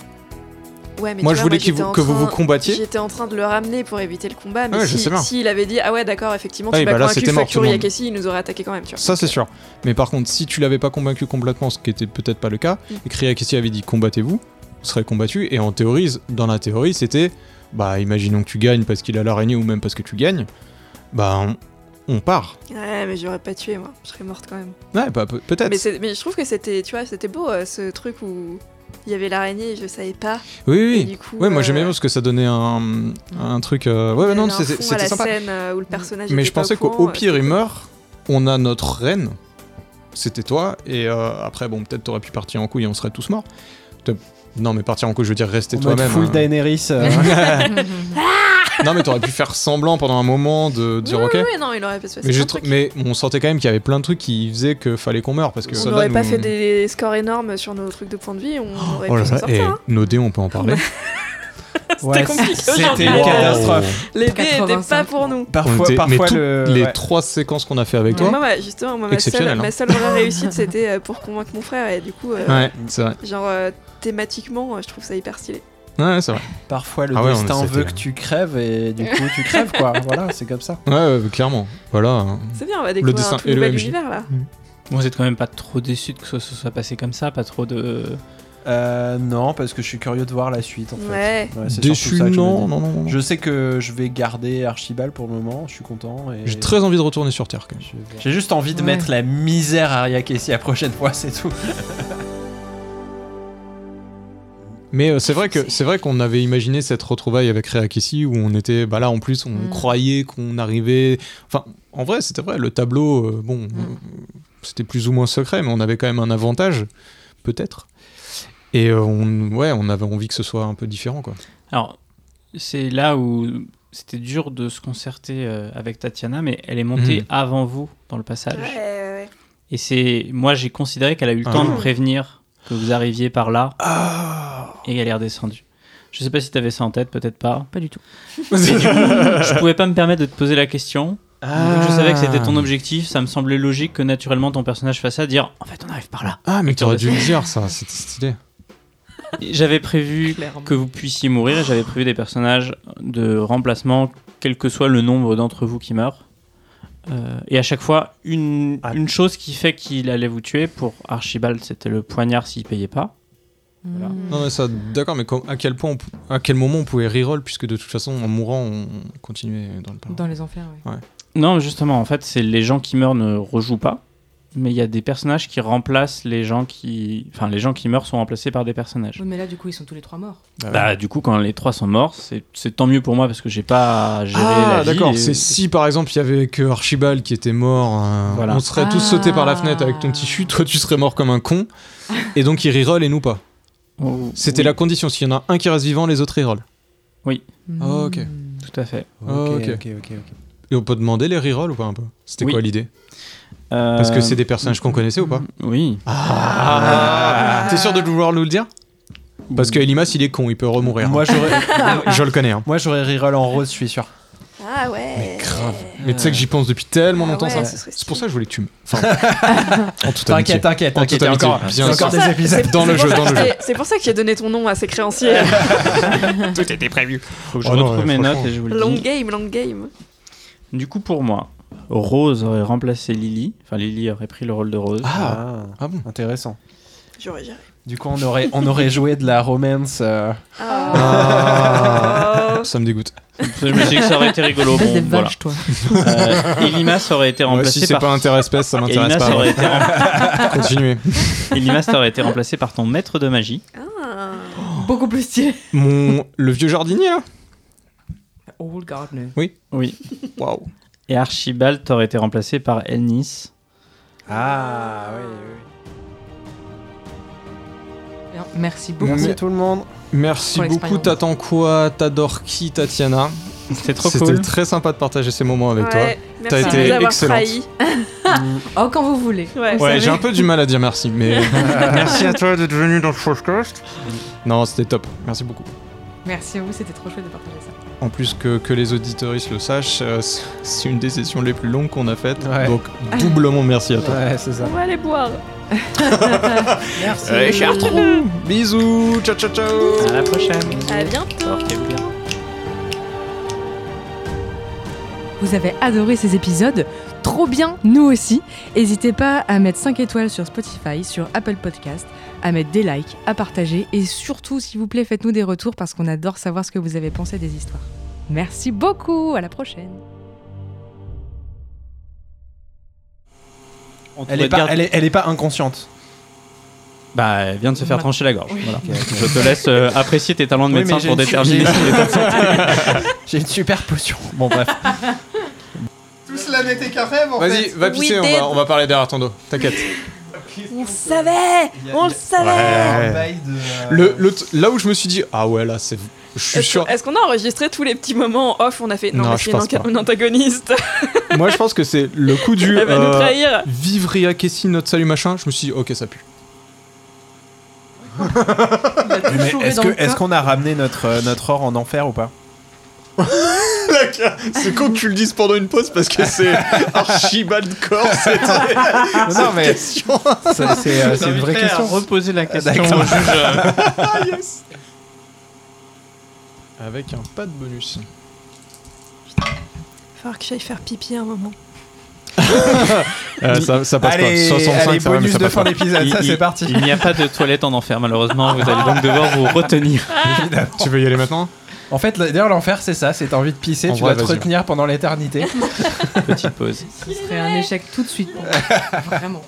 ouais, mais moi, tu je vois, voulais qu'ils j'étais vous- en que vous vous train- combattiez. J'étais en train de le ramener pour éviter le combat, mais Ouais, je si, sais bien. s'il avait dit ah ouais d'accord effectivement Ah tu oui, m'as bah là, convaincu c'était mort, tout le Fakuri monde. Akassi, il nous aurait attaqué quand même, tu vois. Ça, c'est sûr. Mais par contre, si tu l'avais pas convaincu complètement, ce qui était peut-être pas le cas, Mm. et que Riakessi avait dit combattez-vous, vous serez combattu, et en théorie, dans la théorie, c'était bah, imaginons que tu gagnes parce qu'il a l'araignée ou même parce que tu gagnes, bah, on, on part. Ouais, mais j'aurais pas tué moi, je serais morte quand même. Ouais, bah, peut- peut-être. Mais, c'est- mais je trouve que c'était, tu vois, c'était beau euh, ce truc où il y avait l'araignée, et je savais pas. Oui, et oui, oui. du coup, Ouais, moi euh, j'aimais bien parce que ça donnait un, un truc. euh, Ouais, il y ouais, non, avait un c'était fond à c'était la sympa. scène euh, où le personnage. Mais était je pas au pensais qu'au courant, au euh, pire, il c'était- meurt. On a notre reine. C'était toi. Et euh, après, bon, peut-être t'aurais pu partir en couille et on serait tous morts. T'as- Non, mais partir en couille, je veux dire rester On va être toi-même. Full hein. Daenerys. euh, Non, mais t'aurais pu faire semblant pendant un moment de dire Oui, ok. oui, oui, non, il aurait pas se passer mais, je plein de trou- trucs. mais on sentait quand même qu'il y avait plein de trucs qui faisaient que fallait qu'on meure. Parce que on ça n'aurait donne- pas fait des scores énormes sur nos trucs de points de vie, on aurait Oh là pu s'en là, et eh, sortir. hein. nos dés, on peut en parler. C'était compliqué C'était aujourd'hui. une Wow. catastrophe. Les dés étaient pas 85, pour nous. On Parfois, était- mais parfois toutes le. les ouais. trois séquences qu'on a fait avec Mais toi. moi, ouais, justement, moi, ma, seule, Exceptionnel, hein. ma seule vraie réussite, c'était euh, pour convaincre mon frère. Et du coup, euh, Ouais, c'est vrai. genre, euh, thématiquement, euh, je trouve ça hyper stylé. Ouais, c'est vrai. Parfois le Ah ouais, on- destin c'était- veut que tu crèves et du coup tu crèves quoi. voilà, c'est comme ça. Ouais, ouais, clairement. Voilà. C'est bien, on va découvrir dessin un tout et le nouvel MJ. univers là. Vous êtes quand même pas trop déçus que ce soit passé comme ça, pas trop de. Euh, non, parce que je suis curieux de voir la suite en Ouais. fait. Ouais, c'est Déçu, surtout ça que je me non, dis. non, non, non. Je sais que je vais garder Archibald pour le moment, je suis content. Et... J'ai très envie de retourner sur Terre quand même. Je vais voir. J'ai juste envie de Ouais. mettre la misère à Aria Casey la prochaine fois, c'est tout. Mais euh, c'est vrai que c'est vrai qu'on avait imaginé cette retrouvaille avec Reakissi où on était bah là en plus on Mm. croyait qu'on arrivait enfin en vrai c'était vrai le tableau euh, bon euh, c'était plus ou moins secret mais on avait quand même un avantage peut-être et euh, on ouais on avait envie que ce soit un peu différent quoi. Alors, c'est là où c'était dur de se concerter euh, avec Tatiana, mais elle est montée Mhm. avant vous dans le passage. Ouais, ouais, ouais. Et c'est, moi, j'ai considéré qu'elle a eu le Ah. temps de prévenir que vous arriviez par là, et elle est redescendue. Je sais pas si t'avais ça en tête, peut-être pas. Pas du tout. Je pouvais pas me permettre de te poser la question. Ah. Donc, Ah, Je savais que c'était ton objectif. Ça me semblait logique que naturellement ton personnage fasse ça, dire en fait on arrive par là. Ah mais t'aurais dû le dire ça, c'était stylé. Et J'avais prévu Clairement. que vous puissiez mourir et j'avais prévu des personnages de remplacement, quel que soit le nombre d'entre vous qui meurent. Euh, et à chaque fois, une, Ah. une chose qui fait qu'il allait vous tuer. Pour Archibald, c'était le poignard s'il payait pas. Voilà. Mm. Non mais ça d'accord mais com- à quel point on pou- à quel moment on pouvait reroll puisque de toute façon en mourant on continuait dans le parcours. Dans les enfers, ouais. Non, justement, en fait, c'est les gens qui meurent ne rejouent pas. Mais il y a des personnages qui remplacent les gens qui. Enfin, les gens qui meurent sont remplacés par des personnages. Oui, mais là, du coup, ils sont tous les trois morts. Bah, du coup, quand les trois sont morts, c'est c'est tant mieux pour moi parce que j'ai pas géré la Ah, vie. d'accord. et- C'est si par exemple il y avait que Archibald qui était mort, euh, Voilà. on serait tous Ah. sautés par la fenêtre avec ton tissu, toi tu serais mort comme un con, et donc il reroll et nous pas. Oh, C'était oui, la condition. S'il y en a un qui reste vivant, les autres reroll. Ah, ok. Mm. Tout à fait. Oh, Ok, ok, Et on peut demander les rerolls ou pas un peu C'était Oui. quoi l'idée Parce que Euh, c'est des personnages qu'on connaissait ou pas Oui. ah. T'es sûr de vouloir nous le dire Parce que Elimas il est con, il peut remourir. Moi j'aurais, je le connais. hein. moi j'aurais reroll en rose, je suis sûr. Ah ouais. Mais grave. Mais tu sais que j'y pense depuis tellement Ah longtemps ouais, ça. ce serait C'est pour ça que je voulais que tu me. Enfin, en toute amitié. T'inquiète, t'inquiète, En t'inquiète. toute il y a amitié, encore, il y a bien encore sûr. des épisodes. Dans le C'est jeu, pour dans ça le que jeu. j'ai- C'est pour ça que j'ai donné ton nom à ces créanciers. Tout était prévu. Faut que je Oh non, retrouve ouais, mes franchement. notes et je vous le long dis. game, long game. Du coup, pour moi, Rose aurait remplacé Lily. Enfin, Lily aurait pris le rôle de Rose. Ah, Ah, ah bon intéressant. J'aurais géré. Du coup, on aurait, on aurait joué de la romance. euh, Ah. Oh. Ça me dégoûte. Euh, Je me suis dit que ça aurait été rigolo. Espèce Bon, de voilà. vache, toi. Euh, Elimas aurait été Moi, remplacé si c'est par. pas interespèce, ça m'intéresse Elimas pas. aurait, été rem- Continuez. Elimas aurait été remplacé par ton maître de magie. Ah. Oh. Beaucoup plus stylé. Mon le vieux jardinier hein. là. Old Gardener. Oui. Waouh. Et Archibald aurait été remplacé par Elnis. Ah, oui, oui. Bien, Merci beaucoup. Merci tout le monde. Merci Pour beaucoup. l'expérience. T'attends quoi T'adores qui, Tatiana C'était trop C'était cool. très sympa de partager ces moments avec Ouais, T'as merci de été nous avoir excellente. trahis. Oh, quand vous voulez. Ouais, toi. Ouais, j'ai un peu du mal à dire merci, mais merci à toi d'être venu dans le podcast. Non, c'était top. Merci beaucoup. Merci à vous, c'était trop chouette de partager ça. En plus que, que les auditoristes le sachent, euh, c'est- c'est une des sessions les plus longues qu'on a faites. Ouais. Donc doublement merci à toi. Ouais, c'est ça. On va aller boire. Merci. Bisous. Ciao ciao ciao. À la prochaine. À bientôt. Portez-vous bien. Vous avez adoré ces épisodes Trop bien, nous aussi N'hésitez pas à mettre 5 étoiles sur Spotify, sur Apple Podcast, à mettre des likes, à partager et surtout, s'il vous plaît, faites-nous des retours parce qu'on adore savoir ce que vous avez pensé des histoires. Merci beaucoup, à la prochaine On te Elle est, pas, regarde- elle, est, elle est pas inconsciente. Bah, elle vient de se faire Ma- trancher la gorge. Voilà. Je te laisse euh, apprécier tes talents de Oui, médecin mais j'ai pour une- déterminer. j'ai- J'ai une super potion. Bon, bref. Tout cela n'était qu'un rêve en Vas-y, va pisser, on We did. va, on va parler derrière ton dos, t'inquiète. On le savait, on le savait. Le, le t- là où je me suis dit, ah ouais, là, c'est. Je suis Est-ce sûr. qu'on- est-ce qu'on a enregistré tous les petits moments en off On a fait non, Non, mais je c'est une pense enquête- pas. un antagoniste. Moi, je pense que c'est le coup du. Elle va nous euh, trahir. Vivre Ria Kessi, notre salut machin. Je me suis dit, ok, ça pue. Est-ce que- est-ce qu'on a ramené notre, euh, notre or en enfer ou pas c'est con que tu le dises pendant une pause parce que c'est Archibald Corps, cette Non, non, mais question. ça, c'est euh, c'est une vraie question. Ah, Reposer la question d'accord. au juge. euh, Avec un pas de bonus. Il va falloir que j'aille faire pipi un moment. Euh, ça, ça passe Allez, pas. 65, allez, ça va, mais bonus ça de passe fin pas. d'épisode, Il- ça il- c'est parti. Il n'y a pas de toilette en enfer, malheureusement. Vous allez donc devoir vous retenir. Tu veux y aller maintenant En fait, le- d'ailleurs, l'enfer, c'est ça, c'est t'as envie de pisser, En tu vrai, dois te vas-y. retenir pendant l'éternité. Petite pause. Ce serait un échec tout de suite pour moi. Vraiment.